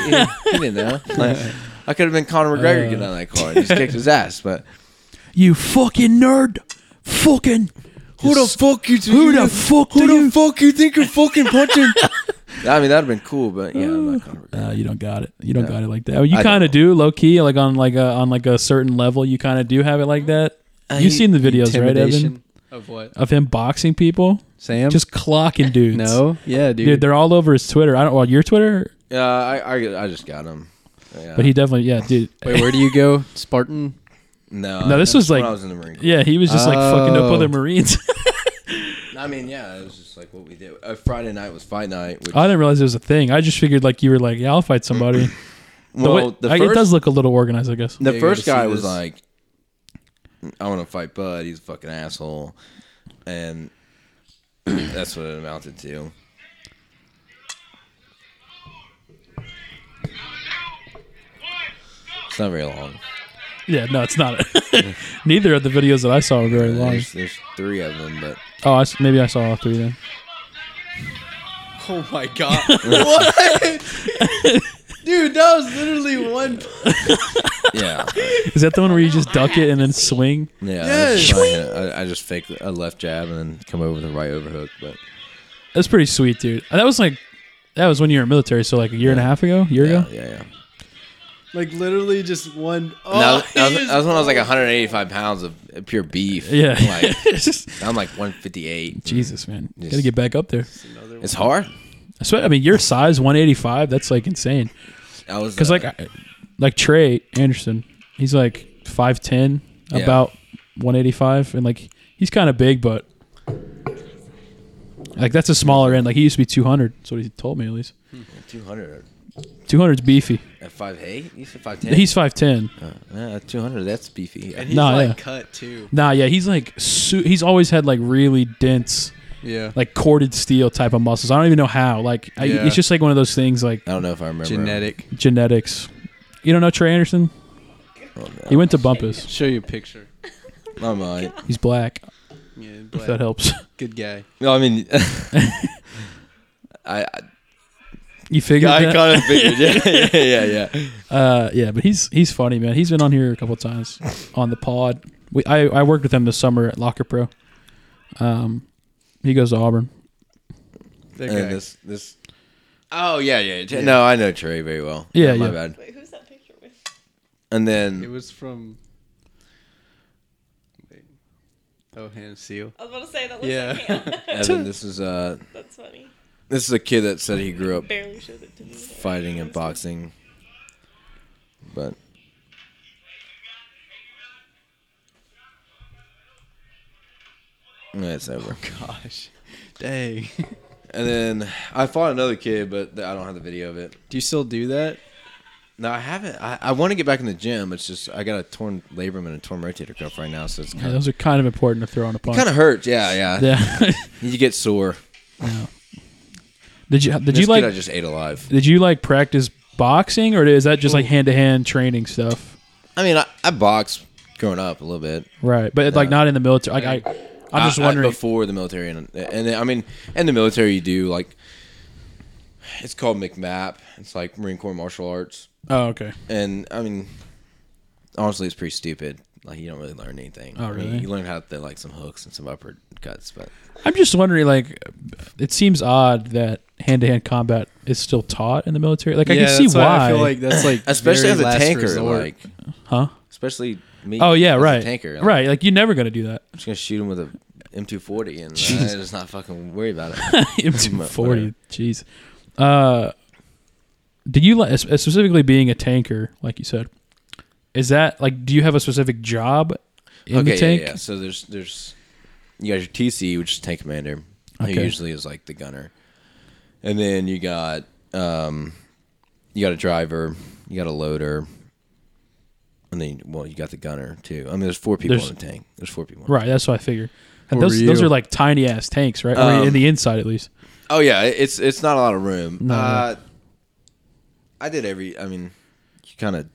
[SPEAKER 6] he didn't know. Like I could have been Conor McGregor getting out of that car and just kicked his ass. But
[SPEAKER 3] you fucking nerd, fucking. Who the
[SPEAKER 6] fuck you?
[SPEAKER 3] who the fuck do you?
[SPEAKER 6] fuck you think you're fucking punching? I mean, that'd have been cool, but yeah, I'm not Conor McGregor.
[SPEAKER 3] No, Uh, you don't got it. You don't got it like that. You
[SPEAKER 6] I
[SPEAKER 3] kind of do
[SPEAKER 6] don't.
[SPEAKER 3] low key, like on like a on like a certain level. You kind of do have it like that. You've seen the videos, right, Evan,
[SPEAKER 4] Intimidation. Of what?
[SPEAKER 3] of him boxing people,
[SPEAKER 4] Sam?
[SPEAKER 3] just clocking dudes.
[SPEAKER 4] no. Yeah, dude.
[SPEAKER 3] dude. they're all over his Twitter. I don't. Well, your Twitter,
[SPEAKER 6] Yeah, I, I, I just got him. Yeah.
[SPEAKER 3] but he definitely, yeah, dude.
[SPEAKER 4] Wait, where do you go? Spartan.
[SPEAKER 6] no,
[SPEAKER 3] No, this was
[SPEAKER 6] when
[SPEAKER 3] like-
[SPEAKER 6] I was in the Marine Corps.
[SPEAKER 3] Yeah, he was just like fucking up
[SPEAKER 4] Oh.
[SPEAKER 3] other Marines.
[SPEAKER 6] I mean, yeah, it was just like what we did. Uh, Friday night was fight night. Which,
[SPEAKER 3] I didn't realize it was a thing. I just figured like you were like, yeah, I'll fight somebody. The
[SPEAKER 6] well,
[SPEAKER 3] way-
[SPEAKER 6] the
[SPEAKER 3] I- it
[SPEAKER 6] first
[SPEAKER 3] does look a little organized, I guess.
[SPEAKER 6] The
[SPEAKER 4] you
[SPEAKER 6] first
[SPEAKER 4] gotta see
[SPEAKER 6] guy was
[SPEAKER 4] this.
[SPEAKER 6] like, "I want to fight Bud. He's a fucking asshole," and that's what it amounted to. It's not very long.
[SPEAKER 3] Yeah, no, it's not. Neither of the videos that I saw were very long.
[SPEAKER 6] There's, there's three of them, but
[SPEAKER 3] Oh, I s maybe I saw all three then.
[SPEAKER 4] Oh my god. what? Dude, that was literally one.
[SPEAKER 6] yeah,
[SPEAKER 3] Is that the one where you just duck it and then swing?
[SPEAKER 6] yeah. I,
[SPEAKER 4] Yes.
[SPEAKER 6] just, I, I just fake a left jab and then come over with a right overhook. But
[SPEAKER 3] That's pretty sweet, dude. That was like, that was when you were in military, so like a year and a half ago, year
[SPEAKER 6] yeah,
[SPEAKER 3] ago.
[SPEAKER 6] yeah, yeah.
[SPEAKER 4] Like literally just one. Oh,
[SPEAKER 6] And that, was, that,
[SPEAKER 4] he
[SPEAKER 6] was,
[SPEAKER 4] is-
[SPEAKER 6] that was when I was like 185 pounds of pure beef.
[SPEAKER 3] Yeah,
[SPEAKER 6] like
[SPEAKER 3] It's just-
[SPEAKER 6] I'm like 158.
[SPEAKER 3] Jesus, man,
[SPEAKER 6] Yes.
[SPEAKER 3] gotta get back up there.
[SPEAKER 6] It's hard.
[SPEAKER 3] I swear, I mean, your size 185, that's like insane.
[SPEAKER 6] I was uh,
[SPEAKER 3] Because like, I- like Trey Anderson, he's like 5'10",
[SPEAKER 6] Yeah.
[SPEAKER 3] about 185, and like he's kind of big, but like that's a smaller end. Like he used to be 200. That's what he told me at least.
[SPEAKER 6] 200
[SPEAKER 3] 200's beefy.
[SPEAKER 6] at 5'8? You said Uh, 5'10?
[SPEAKER 3] He's 5'10.
[SPEAKER 6] yeah, 200, that's beefy.
[SPEAKER 4] And he's
[SPEAKER 3] Nah,
[SPEAKER 4] like
[SPEAKER 3] yeah.
[SPEAKER 4] cut too.
[SPEAKER 3] Nah, yeah, he's like su- he's always had like really dense,
[SPEAKER 4] Yeah.
[SPEAKER 3] like corded steel type of muscles. I don't even know how. Like I,
[SPEAKER 4] Yeah.
[SPEAKER 3] it's just like one of those things like
[SPEAKER 6] I don't know if I remember.
[SPEAKER 4] genetic.
[SPEAKER 3] genetics. You don't know Trey Anderson? He went to Bumpus.
[SPEAKER 4] Show you a picture.
[SPEAKER 6] I might.
[SPEAKER 3] He's black.
[SPEAKER 4] Yeah,
[SPEAKER 3] If
[SPEAKER 4] black.
[SPEAKER 3] that helps.
[SPEAKER 4] Good guy.
[SPEAKER 6] No, I mean, I, I,
[SPEAKER 3] You figured
[SPEAKER 6] I
[SPEAKER 3] that?
[SPEAKER 6] kind of figured. Yeah, yeah, yeah, yeah.
[SPEAKER 3] Uh, yeah, but he's he's funny, man. He's been on here a couple times on the pod. We I, I worked with him this summer at Locker Pro. Um, he goes to Auburn.
[SPEAKER 4] That
[SPEAKER 6] And
[SPEAKER 4] guy.
[SPEAKER 6] this, this. Oh yeah, yeah, yeah. No, I know Trey very well.
[SPEAKER 3] Yeah,
[SPEAKER 6] my
[SPEAKER 3] yeah.
[SPEAKER 6] bad.
[SPEAKER 1] Wait, who's that picture with?
[SPEAKER 6] And
[SPEAKER 4] It
[SPEAKER 6] then
[SPEAKER 4] was from. Oh, hand seal.
[SPEAKER 1] I was about to say that looks
[SPEAKER 4] Yeah.
[SPEAKER 1] like him.
[SPEAKER 6] Evan, this is uh,
[SPEAKER 1] That's funny.
[SPEAKER 6] this is a kid that said he grew up
[SPEAKER 1] Barely showed it to me.
[SPEAKER 6] fighting and boxing, but Yeah, it's over.
[SPEAKER 3] Oh,
[SPEAKER 4] Gosh, dang.
[SPEAKER 6] And then I fought another kid, but I don't have the video of it.
[SPEAKER 4] Do you still do that?
[SPEAKER 6] No, I haven't. I, I want to get back in the gym. It's just I got a torn labrum and a torn rotator cuff right now, so it's
[SPEAKER 3] Yeah,
[SPEAKER 6] kind of
[SPEAKER 3] those are kind of important to throw on a punch.
[SPEAKER 6] kind of hurts. Yeah, yeah,
[SPEAKER 3] yeah.
[SPEAKER 6] You get sore.
[SPEAKER 3] did you did
[SPEAKER 6] This
[SPEAKER 3] you
[SPEAKER 6] kid I
[SPEAKER 3] like
[SPEAKER 6] just ate alive.
[SPEAKER 3] did you like practice boxing or is that just like hand to hand training stuff?
[SPEAKER 6] I mean, I, I boxed growing up a little bit.
[SPEAKER 3] Right, but like not in the military. Like I, I'm
[SPEAKER 4] Uh,
[SPEAKER 3] just
[SPEAKER 6] I- I-
[SPEAKER 3] wondering.
[SPEAKER 6] Uh, before the military, and and then, I mean, in the military, you do like it's called McMap. It's like Marine Corps martial arts,
[SPEAKER 3] oh, okay.
[SPEAKER 6] and I mean, honestly, it's pretty stupid. Like you don't really learn anything.
[SPEAKER 3] Oh,
[SPEAKER 6] I mean,
[SPEAKER 3] really?
[SPEAKER 6] you learn how to like some hooks and some upper cuts, but
[SPEAKER 3] I'm just wondering. Like, it seems odd that hand to hand combat is still taught in the military. Like, I can see why.
[SPEAKER 4] I feel like that's like
[SPEAKER 6] especially
[SPEAKER 4] very
[SPEAKER 6] as a
[SPEAKER 4] last
[SPEAKER 6] tanker,
[SPEAKER 4] resort.
[SPEAKER 6] like
[SPEAKER 3] huh?
[SPEAKER 6] especially me.
[SPEAKER 3] Oh yeah,
[SPEAKER 6] as a
[SPEAKER 3] right.
[SPEAKER 6] tanker, like,
[SPEAKER 3] right. Like you're never gonna do that.
[SPEAKER 6] I'm just gonna shoot him with a M240 and uh, just not fucking worry about it.
[SPEAKER 3] M240. Jeez. Uh, do you like specifically being a tanker? Like you said, is that like? Do you have a specific job in
[SPEAKER 6] okay,
[SPEAKER 3] the tank?
[SPEAKER 6] yeah, yeah. So there's there's you got your TC, which is tank commander, who
[SPEAKER 3] Okay.
[SPEAKER 6] usually is like the gunner, and then you got um you got a driver, you got a loader, and then well you got the gunner too. I mean, there's four people
[SPEAKER 3] There's-
[SPEAKER 6] in the tank. There's four people.
[SPEAKER 3] Right. That's what I figured. And
[SPEAKER 4] Where
[SPEAKER 3] those
[SPEAKER 4] were
[SPEAKER 3] those
[SPEAKER 4] you?
[SPEAKER 3] are like tiny ass tanks, right? or in
[SPEAKER 6] Um,
[SPEAKER 3] the inside at least.
[SPEAKER 6] Oh yeah, it- it's it's not a lot of room.
[SPEAKER 3] No.
[SPEAKER 6] Uh, I did every. I mean, you kind of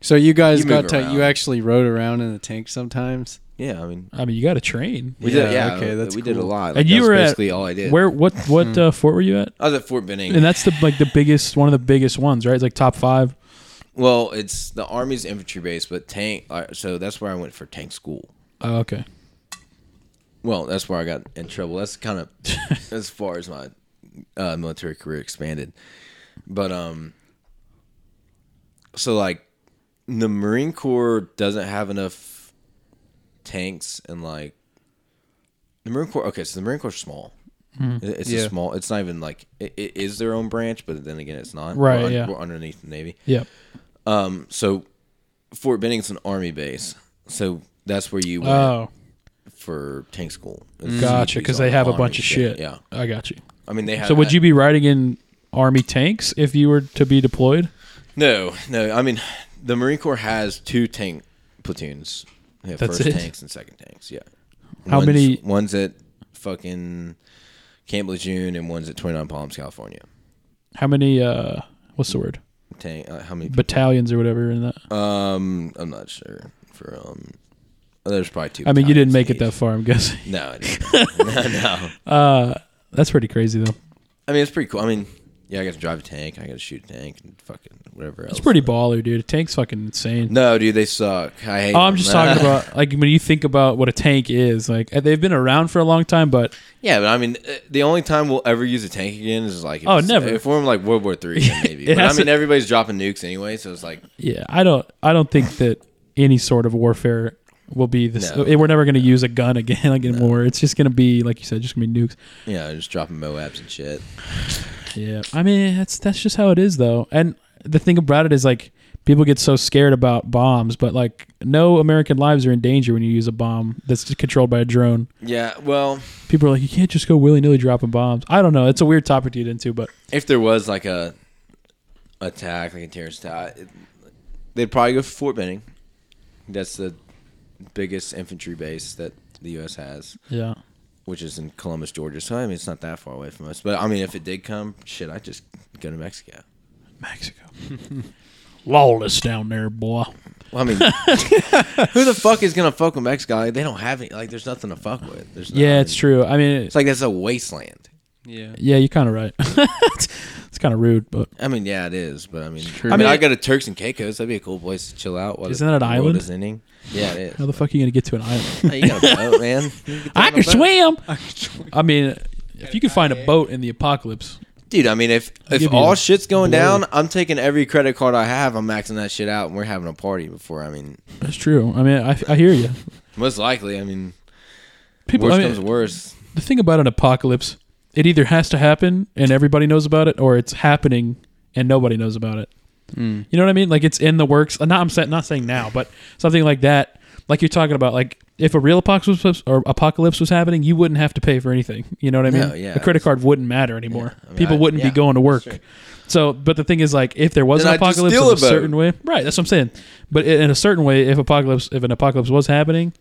[SPEAKER 4] So you guys
[SPEAKER 6] You move
[SPEAKER 4] got to,
[SPEAKER 6] around.
[SPEAKER 4] you actually rode around in the tank sometimes.
[SPEAKER 6] yeah. I mean,
[SPEAKER 3] I mean, you got to train.
[SPEAKER 6] we
[SPEAKER 4] Yeah,
[SPEAKER 6] did yeah.
[SPEAKER 4] okay, that's
[SPEAKER 6] we did a
[SPEAKER 4] cool.
[SPEAKER 6] lot.
[SPEAKER 3] And
[SPEAKER 6] Like,
[SPEAKER 3] you
[SPEAKER 6] that was
[SPEAKER 3] were at-
[SPEAKER 6] basically all I did. Hmm.
[SPEAKER 3] Where what what uh, fort were you at?
[SPEAKER 6] I was at Fort Benning.
[SPEAKER 3] And that's the like the biggest one of the biggest ones, right? It's like top five.
[SPEAKER 6] Well, it's the Army's infantry base, but tank. uh, So that's where I went for tank school.
[SPEAKER 3] Oh, okay.
[SPEAKER 6] Well, that's where I got in trouble. That's kind of as far as my uh, military career expanded. But um, so like the Marine Corps doesn't have enough tanks and like the Marine Corps. Okay, so the Marine Corps is small.
[SPEAKER 3] Mm-hmm.
[SPEAKER 6] It- It's
[SPEAKER 4] Yeah.
[SPEAKER 6] a small. It's not even like it, it is their own branch, but then again, it's not.
[SPEAKER 3] Right,
[SPEAKER 6] We're
[SPEAKER 3] yeah.
[SPEAKER 6] We're underneath the Navy.
[SPEAKER 3] Yep.
[SPEAKER 6] So Fort Benning is an army base, so that's where you went
[SPEAKER 3] Oh,
[SPEAKER 6] for tank school.
[SPEAKER 3] gotcha. Because they have a bunch of shit.
[SPEAKER 6] Yeah,
[SPEAKER 3] I got you.
[SPEAKER 6] I mean they have.
[SPEAKER 3] So would you be riding in army tanks if you were to be deployed?
[SPEAKER 6] No, no. I mean, the Marine Corps has two tank platoons. They have
[SPEAKER 3] That's
[SPEAKER 6] first
[SPEAKER 3] it?
[SPEAKER 6] tanks and second tanks. Yeah.
[SPEAKER 3] How
[SPEAKER 6] One's-
[SPEAKER 3] many-
[SPEAKER 6] One's at fucking Camp Lejeune and one's at Twenty Nine Palms, California.
[SPEAKER 3] How many? uh What's the word?
[SPEAKER 6] Tank. Uh, how many? people?
[SPEAKER 3] Battalions or whatever in that.
[SPEAKER 6] um, I'm not sure. For um, there's probably two.
[SPEAKER 3] I mean, you didn't make it that
[SPEAKER 6] battalions
[SPEAKER 3] far. I'm guessing.
[SPEAKER 6] in each. No, I didn't. no, no.
[SPEAKER 3] That's pretty crazy though.
[SPEAKER 6] I mean, it's pretty cool. I mean, yeah, I got to drive a tank. I got to shoot a tank and fucking whatever else.
[SPEAKER 3] It's pretty baller, dude. A tank's fucking insane.
[SPEAKER 6] No, dude, they suck. I hate.
[SPEAKER 3] Oh, I'm
[SPEAKER 6] them.
[SPEAKER 3] just talking about like when you think about what a tank is. Like uh, they've been around for a long time, but
[SPEAKER 6] yeah, but I mean, uh, the only time we'll ever use a tank again is like if
[SPEAKER 3] Oh,
[SPEAKER 6] it's-
[SPEAKER 3] never.
[SPEAKER 6] If we're in like World War Three, then maybe.
[SPEAKER 3] It
[SPEAKER 6] but I
[SPEAKER 3] has
[SPEAKER 6] mean,
[SPEAKER 3] to-
[SPEAKER 6] everybody's dropping nukes anyway, so it's like
[SPEAKER 3] yeah, I don't. I don't think that any sort of warfare will be this. eh,
[SPEAKER 6] No.
[SPEAKER 3] We're never going to use a gun again like in war. It's just going to be like you said, just going to be nukes.
[SPEAKER 6] you know, just dropping Moabs and shit.
[SPEAKER 3] Yeah, I mean that's that's just how it is though. And the thing about it is like people get so scared about bombs, but like no American lives are in danger when you use a bomb that's controlled by a drone.
[SPEAKER 6] Yeah, well,
[SPEAKER 3] People are like, you can't just go willy nilly dropping bombs. I don't know. It's a weird topic to get into, but
[SPEAKER 6] if there was like a attack, like a terrorist attack, it, they'd probably go for Fort Benning. That's the biggest infantry base that the U.S. has.
[SPEAKER 3] yeah.
[SPEAKER 6] which is in Columbus, Georgia. So I mean, it's not that far away from us. But I mean, if it did come, shit, I would just go to Mexico.
[SPEAKER 3] Mexico. Lawless down there, boy.
[SPEAKER 6] Well, I mean, who the fuck is gonna fuck with Mexico? Like, they don't have any. Like, there's nothing to fuck with. There's no,
[SPEAKER 3] Yeah, it's true. I mean,
[SPEAKER 6] It's like that's a wasteland.
[SPEAKER 4] Yeah.
[SPEAKER 3] yeah, you're kind of right. it's, kind of rude, but
[SPEAKER 6] I mean, yeah, it is. But I mean,
[SPEAKER 4] True.
[SPEAKER 6] I mean,
[SPEAKER 3] I
[SPEAKER 6] I,
[SPEAKER 3] mean-
[SPEAKER 6] go to Turks and Caicos. That'd be a cool place to chill out. While
[SPEAKER 3] Isn't
[SPEAKER 6] the
[SPEAKER 3] that an
[SPEAKER 6] world
[SPEAKER 3] island?
[SPEAKER 6] Is ending. Yeah, it
[SPEAKER 3] how
[SPEAKER 6] is.
[SPEAKER 3] the fuck are you gonna get to an island?
[SPEAKER 6] Hey, you got a boat, man. You get
[SPEAKER 3] I
[SPEAKER 6] on a
[SPEAKER 3] can
[SPEAKER 6] boat.
[SPEAKER 3] swim. I mean, if you can find a boat in the apocalypse,
[SPEAKER 6] dude. I mean, if if
[SPEAKER 3] give you
[SPEAKER 6] all
[SPEAKER 3] the
[SPEAKER 6] shit's going
[SPEAKER 3] blow.
[SPEAKER 6] down, I'm taking every credit card I have. I'm maxing that shit out, and we're having a party before. I mean,
[SPEAKER 3] that's true. I mean, I, I hear you.
[SPEAKER 6] Most likely, I mean,
[SPEAKER 3] People,
[SPEAKER 6] worst
[SPEAKER 3] I mean,
[SPEAKER 6] comes to worst.
[SPEAKER 3] the thing about an apocalypse, it either has to happen and everybody knows about it, or it's happening and nobody knows about it.
[SPEAKER 6] Hmm.
[SPEAKER 3] You know what I mean? Like it's in the works. Uh, Not I'm sa- not saying now, but something like that. Like you're talking about, like if a real apocalypse or apocalypse was happening, you wouldn't have to pay for anything. You know what I mean?
[SPEAKER 6] No, yeah,
[SPEAKER 3] a credit card wouldn't matter anymore.
[SPEAKER 6] I mean,
[SPEAKER 3] People
[SPEAKER 6] I-
[SPEAKER 3] wouldn't
[SPEAKER 6] yeah,
[SPEAKER 3] be going to work.
[SPEAKER 6] true.
[SPEAKER 3] So, but the thing is, like, if there was an
[SPEAKER 6] Then I'd just
[SPEAKER 3] apocalypse
[SPEAKER 6] steal
[SPEAKER 3] in a
[SPEAKER 6] a boat.
[SPEAKER 3] certain way, right? That's what I'm saying. But i- in a certain way, if apocalypse, if an apocalypse was happening,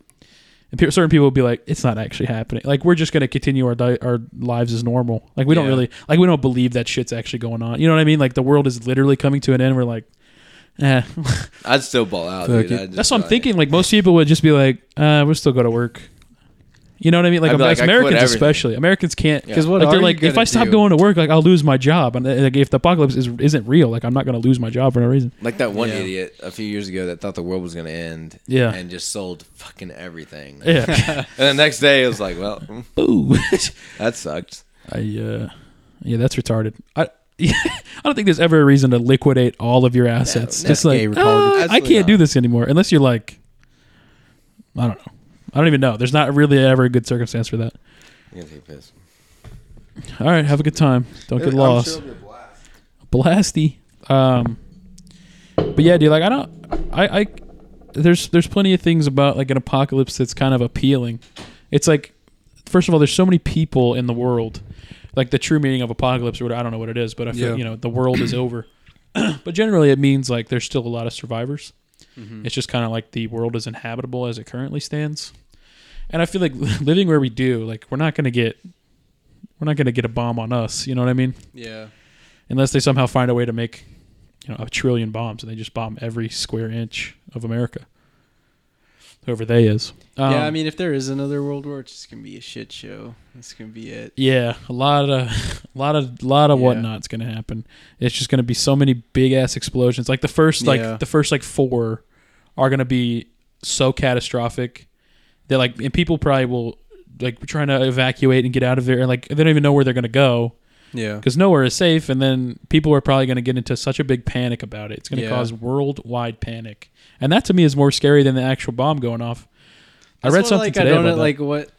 [SPEAKER 3] and pe- certain people would be like, "It's not actually happening. Like, we're just gonna continue our di- our lives as normal. Like, we don't
[SPEAKER 6] Yeah.
[SPEAKER 3] really like we don't believe that shit's actually going on. You know what I mean? Like, the world is literally coming to an end. We're like, eh.
[SPEAKER 6] I'd still ball out.
[SPEAKER 3] Fuck
[SPEAKER 6] Dude.
[SPEAKER 3] it.
[SPEAKER 6] I'd just
[SPEAKER 3] That's what I'm
[SPEAKER 6] be like-
[SPEAKER 3] thinking. Like most people would just be like, uh, "We'll still go to work." You know what I mean? Like,
[SPEAKER 6] I'd be
[SPEAKER 3] Amer-
[SPEAKER 6] like, I quit
[SPEAKER 3] Americans,
[SPEAKER 6] everything.
[SPEAKER 3] especially Americans can't
[SPEAKER 6] Yeah. 'Cause
[SPEAKER 4] what
[SPEAKER 3] like,
[SPEAKER 4] are
[SPEAKER 3] they're
[SPEAKER 4] you
[SPEAKER 3] like, if
[SPEAKER 4] gonna
[SPEAKER 3] I stop
[SPEAKER 4] do?"
[SPEAKER 3] going to work, like I'll lose my job. And uh, like, if the apocalypse is isn't real, like I'm not going to lose my job for no reason.
[SPEAKER 6] Like that one
[SPEAKER 4] Yeah.
[SPEAKER 6] idiot a few years ago that thought the world was going to end.
[SPEAKER 3] Yeah.
[SPEAKER 6] And just sold fucking everything.
[SPEAKER 3] Yeah.
[SPEAKER 6] And the next day, it was like, well, mm,
[SPEAKER 3] Ooh.
[SPEAKER 6] that sucked.
[SPEAKER 3] I uh, yeah, that's retarded. I. I don't think there's ever a reason to liquidate all of your assets.
[SPEAKER 6] no.
[SPEAKER 3] Just like
[SPEAKER 4] Gay
[SPEAKER 3] "Uh,
[SPEAKER 4] retarded.
[SPEAKER 3] I
[SPEAKER 6] Absolutely
[SPEAKER 3] can't do
[SPEAKER 6] not.
[SPEAKER 3] this anymore unless you're like, I don't know. I don't even know. There's not really ever a good circumstance for that.
[SPEAKER 6] You're gonna take a piss.
[SPEAKER 3] All right, have a good time. Don't get
[SPEAKER 6] I'm
[SPEAKER 3] lost.
[SPEAKER 6] sure it'll be a blast.
[SPEAKER 3] blasty. Um, but yeah, dude, like I don't, I, I, there's there's plenty of things about like an apocalypse that's kind of appealing. It's like, first of all, there's so many people in the world, like the true meaning of apocalypse or whatever. I don't know what it is, but I feel
[SPEAKER 4] Yeah.
[SPEAKER 3] you know the world is over. but generally, it means like there's still a lot of survivors. It's just kind of like the world is inhabitable as it currently stands. And I feel like living where we do, like we're not gonna get, we're not gonna get a bomb on us. You know what I mean?
[SPEAKER 4] Yeah.
[SPEAKER 3] unless they somehow find a way to make you know a trillion bombs and they just bomb every square inch of America. Whoever they is. Um,
[SPEAKER 4] yeah, I mean, if there is another world war, it's just gonna be a shit show. That's gonna be it.
[SPEAKER 3] yeah, a lot of, a lot of, lot of
[SPEAKER 4] Yeah.
[SPEAKER 3] whatnot's gonna happen. It's just gonna be so many big ass explosions. Like the first, like
[SPEAKER 4] Yeah.
[SPEAKER 3] the first like four are gonna be so catastrophic that like and people probably will like trying to evacuate and get out of there and like they don't even know where they're gonna go.
[SPEAKER 4] Yeah.
[SPEAKER 3] because nowhere is safe and then people are probably going to get into such a big panic about it it's going to
[SPEAKER 4] Yeah.
[SPEAKER 3] cause worldwide panic and that to me is more scary than the actual bomb going off i
[SPEAKER 4] That's
[SPEAKER 3] read
[SPEAKER 4] what,
[SPEAKER 3] something
[SPEAKER 4] like,
[SPEAKER 3] today
[SPEAKER 4] I don't
[SPEAKER 3] about
[SPEAKER 4] know,
[SPEAKER 3] that.
[SPEAKER 4] like what.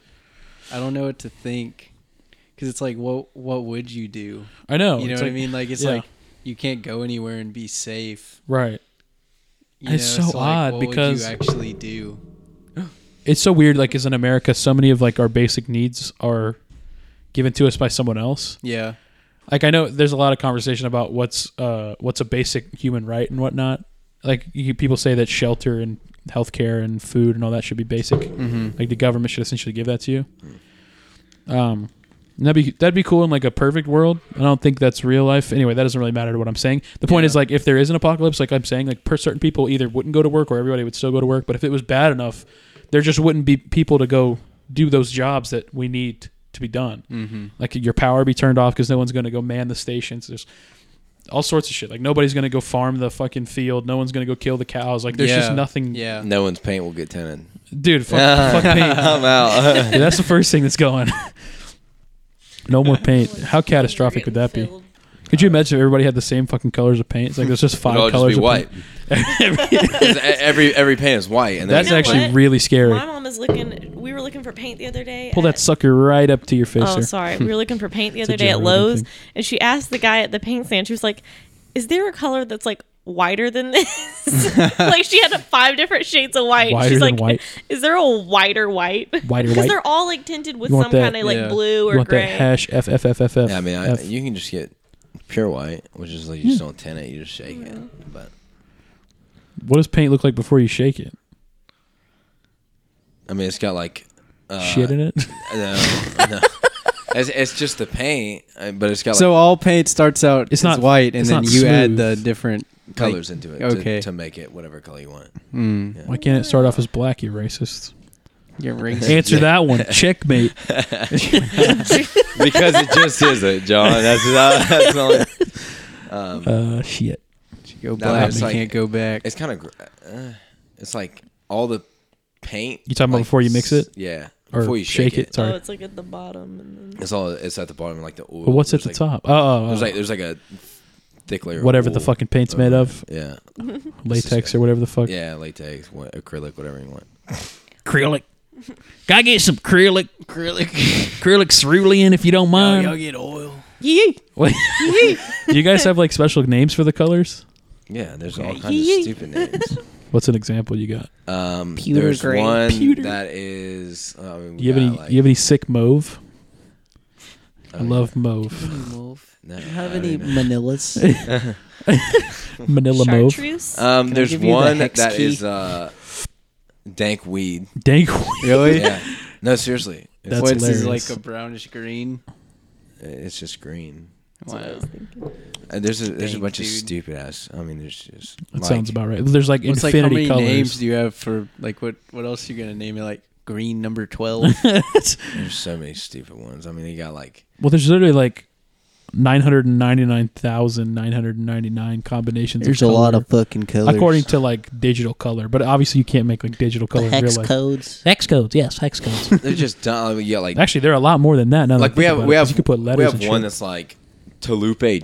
[SPEAKER 4] I don't know what to think, because it's like, what what would you do?
[SPEAKER 3] i know
[SPEAKER 4] you know
[SPEAKER 3] Oh, it's
[SPEAKER 4] what I
[SPEAKER 3] like-
[SPEAKER 4] mean? Like it's
[SPEAKER 3] yeah.
[SPEAKER 4] like you can't go anywhere and be safe.
[SPEAKER 3] right
[SPEAKER 4] you
[SPEAKER 3] It's
[SPEAKER 4] know?
[SPEAKER 3] so
[SPEAKER 4] like,
[SPEAKER 3] odd
[SPEAKER 4] what would you
[SPEAKER 3] because-
[SPEAKER 4] actually do.
[SPEAKER 3] it's so weird like is in america so many of like our basic needs are given to us by someone else
[SPEAKER 4] Yeah.
[SPEAKER 3] like I know there's a lot of conversation about what's uh what's a basic human right and whatnot. Like you, people say that shelter and healthcare and food and all that should be basic.
[SPEAKER 4] Mm-hmm.
[SPEAKER 3] Like the government should essentially give that to you. Um, and that'd be that'd be cool in like a perfect world. I don't think that's real life. Anyway, that doesn't really matter to what I'm saying. The point
[SPEAKER 4] Yeah.
[SPEAKER 3] is like if there is an apocalypse, like I'm saying, like per certain people either wouldn't go to work or everybody would still go to work. But if it was bad enough, there just wouldn't be people to go do those jobs that we need to be done
[SPEAKER 4] Mm-hmm.
[SPEAKER 3] like your power be turned off because no one's going to go man the stations. There's all sorts of shit. Like nobody's going to go farm the fucking field. No one's going to go kill the cows. Like there's just nothing.
[SPEAKER 4] Yeah.
[SPEAKER 6] No one's paint will get tinted.
[SPEAKER 3] Dude, fuck, fuck paint.
[SPEAKER 6] I'm out.
[SPEAKER 3] Yeah, that's the first thing that's going. no more paint. How catastrophic would that be? Could you imagine if everybody had the same fucking colors of paint? It's like there's just
[SPEAKER 6] It'd all
[SPEAKER 3] five
[SPEAKER 6] just
[SPEAKER 3] colors
[SPEAKER 6] be
[SPEAKER 3] of
[SPEAKER 6] white.
[SPEAKER 3] paint.
[SPEAKER 6] 'Cause e- every every paint is white. And
[SPEAKER 3] That's
[SPEAKER 1] You
[SPEAKER 6] then
[SPEAKER 1] know
[SPEAKER 3] actually
[SPEAKER 1] what?
[SPEAKER 3] really scary.
[SPEAKER 1] My mom is looking. We were looking for paint the other day.
[SPEAKER 3] Pull
[SPEAKER 1] at-
[SPEAKER 3] that sucker right up to your face,
[SPEAKER 1] Oh,
[SPEAKER 3] sir.
[SPEAKER 1] sorry. We were looking for paint the
[SPEAKER 3] It's a
[SPEAKER 1] other day at
[SPEAKER 3] general
[SPEAKER 1] Lowe's,
[SPEAKER 3] thing.
[SPEAKER 1] and she asked the guy at the paint stand. She was like, "Is there a color that's like whiter than this?" like she had five different shades of white.
[SPEAKER 3] Whiter
[SPEAKER 1] She's
[SPEAKER 3] than
[SPEAKER 1] like,
[SPEAKER 3] white.
[SPEAKER 1] "Is there a whiter white?"
[SPEAKER 3] Whiter
[SPEAKER 1] Because
[SPEAKER 3] white?
[SPEAKER 1] they're all like tinted with
[SPEAKER 3] You
[SPEAKER 1] some
[SPEAKER 3] want that-
[SPEAKER 1] kind of like
[SPEAKER 4] yeah.
[SPEAKER 1] blue
[SPEAKER 3] you
[SPEAKER 1] or
[SPEAKER 3] want
[SPEAKER 1] gray.
[SPEAKER 3] that hash F F F F F?
[SPEAKER 6] Yeah, I mean, I,
[SPEAKER 3] F. Hmm.
[SPEAKER 6] you can just get pure white, which is like you just don't tint it, you just shake it. But
[SPEAKER 3] what does paint look like before you shake it?
[SPEAKER 6] I mean, it's got like uh,
[SPEAKER 3] Shit in it.
[SPEAKER 6] No, no. It's, it's just the paint, uh, but it's got
[SPEAKER 4] So all paint starts out
[SPEAKER 3] It's
[SPEAKER 4] it's
[SPEAKER 3] not-
[SPEAKER 4] not white, and
[SPEAKER 3] it's
[SPEAKER 4] then
[SPEAKER 3] not
[SPEAKER 4] you add the
[SPEAKER 3] smooth.
[SPEAKER 4] different
[SPEAKER 6] like, colors into it
[SPEAKER 4] okay.
[SPEAKER 6] to, to make it whatever color you want.
[SPEAKER 4] Mm,
[SPEAKER 3] Why can't it start off as black? You racist.
[SPEAKER 4] your rings.
[SPEAKER 3] Answer that one. Checkmate.
[SPEAKER 6] because it just isn't, John. That's not, that's not um,
[SPEAKER 3] Uh, shit.
[SPEAKER 4] You go
[SPEAKER 6] No,
[SPEAKER 4] black,
[SPEAKER 6] it's
[SPEAKER 4] you
[SPEAKER 6] like-
[SPEAKER 4] can't go back.
[SPEAKER 6] It's kind of, uh, it's like all the paint.
[SPEAKER 3] You talking about
[SPEAKER 6] like,
[SPEAKER 3] before you mix it?
[SPEAKER 6] Yeah,
[SPEAKER 3] Or
[SPEAKER 6] before you shake, it.
[SPEAKER 1] Oh,
[SPEAKER 3] Sorry.
[SPEAKER 1] it's like at the bottom. And then
[SPEAKER 6] It's all it's at the bottom, like the oil.
[SPEAKER 3] But what's at
[SPEAKER 6] There's
[SPEAKER 3] the
[SPEAKER 6] like-
[SPEAKER 3] top? Oh, oh, oh.
[SPEAKER 6] There's like there's like a thick layer. of
[SPEAKER 3] whatever the
[SPEAKER 6] wool
[SPEAKER 3] fucking paint's
[SPEAKER 6] over
[SPEAKER 3] made
[SPEAKER 6] it.
[SPEAKER 3] of,
[SPEAKER 6] Yeah,
[SPEAKER 3] latex or whatever the fuck.
[SPEAKER 6] yeah, latex, what, acrylic, whatever you want.
[SPEAKER 3] Acrylic.
[SPEAKER 5] Can I get some acrylic, acrylic, acrylic cerulean if you don't
[SPEAKER 3] Um,
[SPEAKER 5] mind?
[SPEAKER 4] Oh, get oil.
[SPEAKER 1] Yee.
[SPEAKER 3] Wait. Do you guys have like special names for the colors?
[SPEAKER 6] Yeah, there's all kinds of stupid names.
[SPEAKER 3] What's an example you got?
[SPEAKER 6] Um,
[SPEAKER 1] Pewter
[SPEAKER 6] there's
[SPEAKER 1] gray.
[SPEAKER 6] one
[SPEAKER 1] Pewter.
[SPEAKER 6] that is. oh, I mean, we
[SPEAKER 3] You have
[SPEAKER 6] got,
[SPEAKER 3] any?
[SPEAKER 6] like- Oh,
[SPEAKER 3] You have any sick mauve? I love mauve.
[SPEAKER 6] No,
[SPEAKER 4] Do you have
[SPEAKER 6] I
[SPEAKER 4] any
[SPEAKER 6] don't know.
[SPEAKER 4] Manillas?
[SPEAKER 3] Manila mauve.
[SPEAKER 1] Chartreuse.
[SPEAKER 6] Um,
[SPEAKER 4] I
[SPEAKER 6] there's
[SPEAKER 4] give you the
[SPEAKER 6] one
[SPEAKER 4] hex
[SPEAKER 6] that
[SPEAKER 4] key?
[SPEAKER 6] is uh, dank weed.
[SPEAKER 3] Dank.
[SPEAKER 4] really?
[SPEAKER 6] Yeah. no, seriously, it's,
[SPEAKER 3] That's
[SPEAKER 4] What's his,
[SPEAKER 3] hilarious.
[SPEAKER 4] like a brownish green?
[SPEAKER 6] it's just green.
[SPEAKER 4] Wow.
[SPEAKER 6] Uh, there's a there's a
[SPEAKER 4] Dank
[SPEAKER 6] bunch of
[SPEAKER 4] dude.
[SPEAKER 6] stupid ass. I mean, there's just.
[SPEAKER 3] That
[SPEAKER 6] like-
[SPEAKER 3] sounds about right. There's like
[SPEAKER 4] It's like how
[SPEAKER 3] infinity
[SPEAKER 4] many
[SPEAKER 3] colors.
[SPEAKER 4] names do you have for like what? What else are you gonna name it? Like green number twelve.
[SPEAKER 6] There's so many stupid ones. I mean, they got like
[SPEAKER 3] well, there's literally like nine hundred ninety nine thousand nine hundred ninety nine combinations.
[SPEAKER 4] There's
[SPEAKER 3] of
[SPEAKER 4] a lot
[SPEAKER 3] color,
[SPEAKER 4] of fucking colors.
[SPEAKER 3] according to like digital color, but obviously you can't make like digital color in real life.
[SPEAKER 4] codes.
[SPEAKER 5] Hex codes, yes, hex codes.
[SPEAKER 6] they're just dumb. Like, yeah, like
[SPEAKER 3] Actually, there are a lot more than that. Now that I
[SPEAKER 6] like we
[SPEAKER 3] think
[SPEAKER 6] have
[SPEAKER 3] about it,
[SPEAKER 6] we
[SPEAKER 3] 'cause
[SPEAKER 6] have
[SPEAKER 3] you could put letters.
[SPEAKER 6] we have
[SPEAKER 3] and shit.
[SPEAKER 6] one that's like Talupe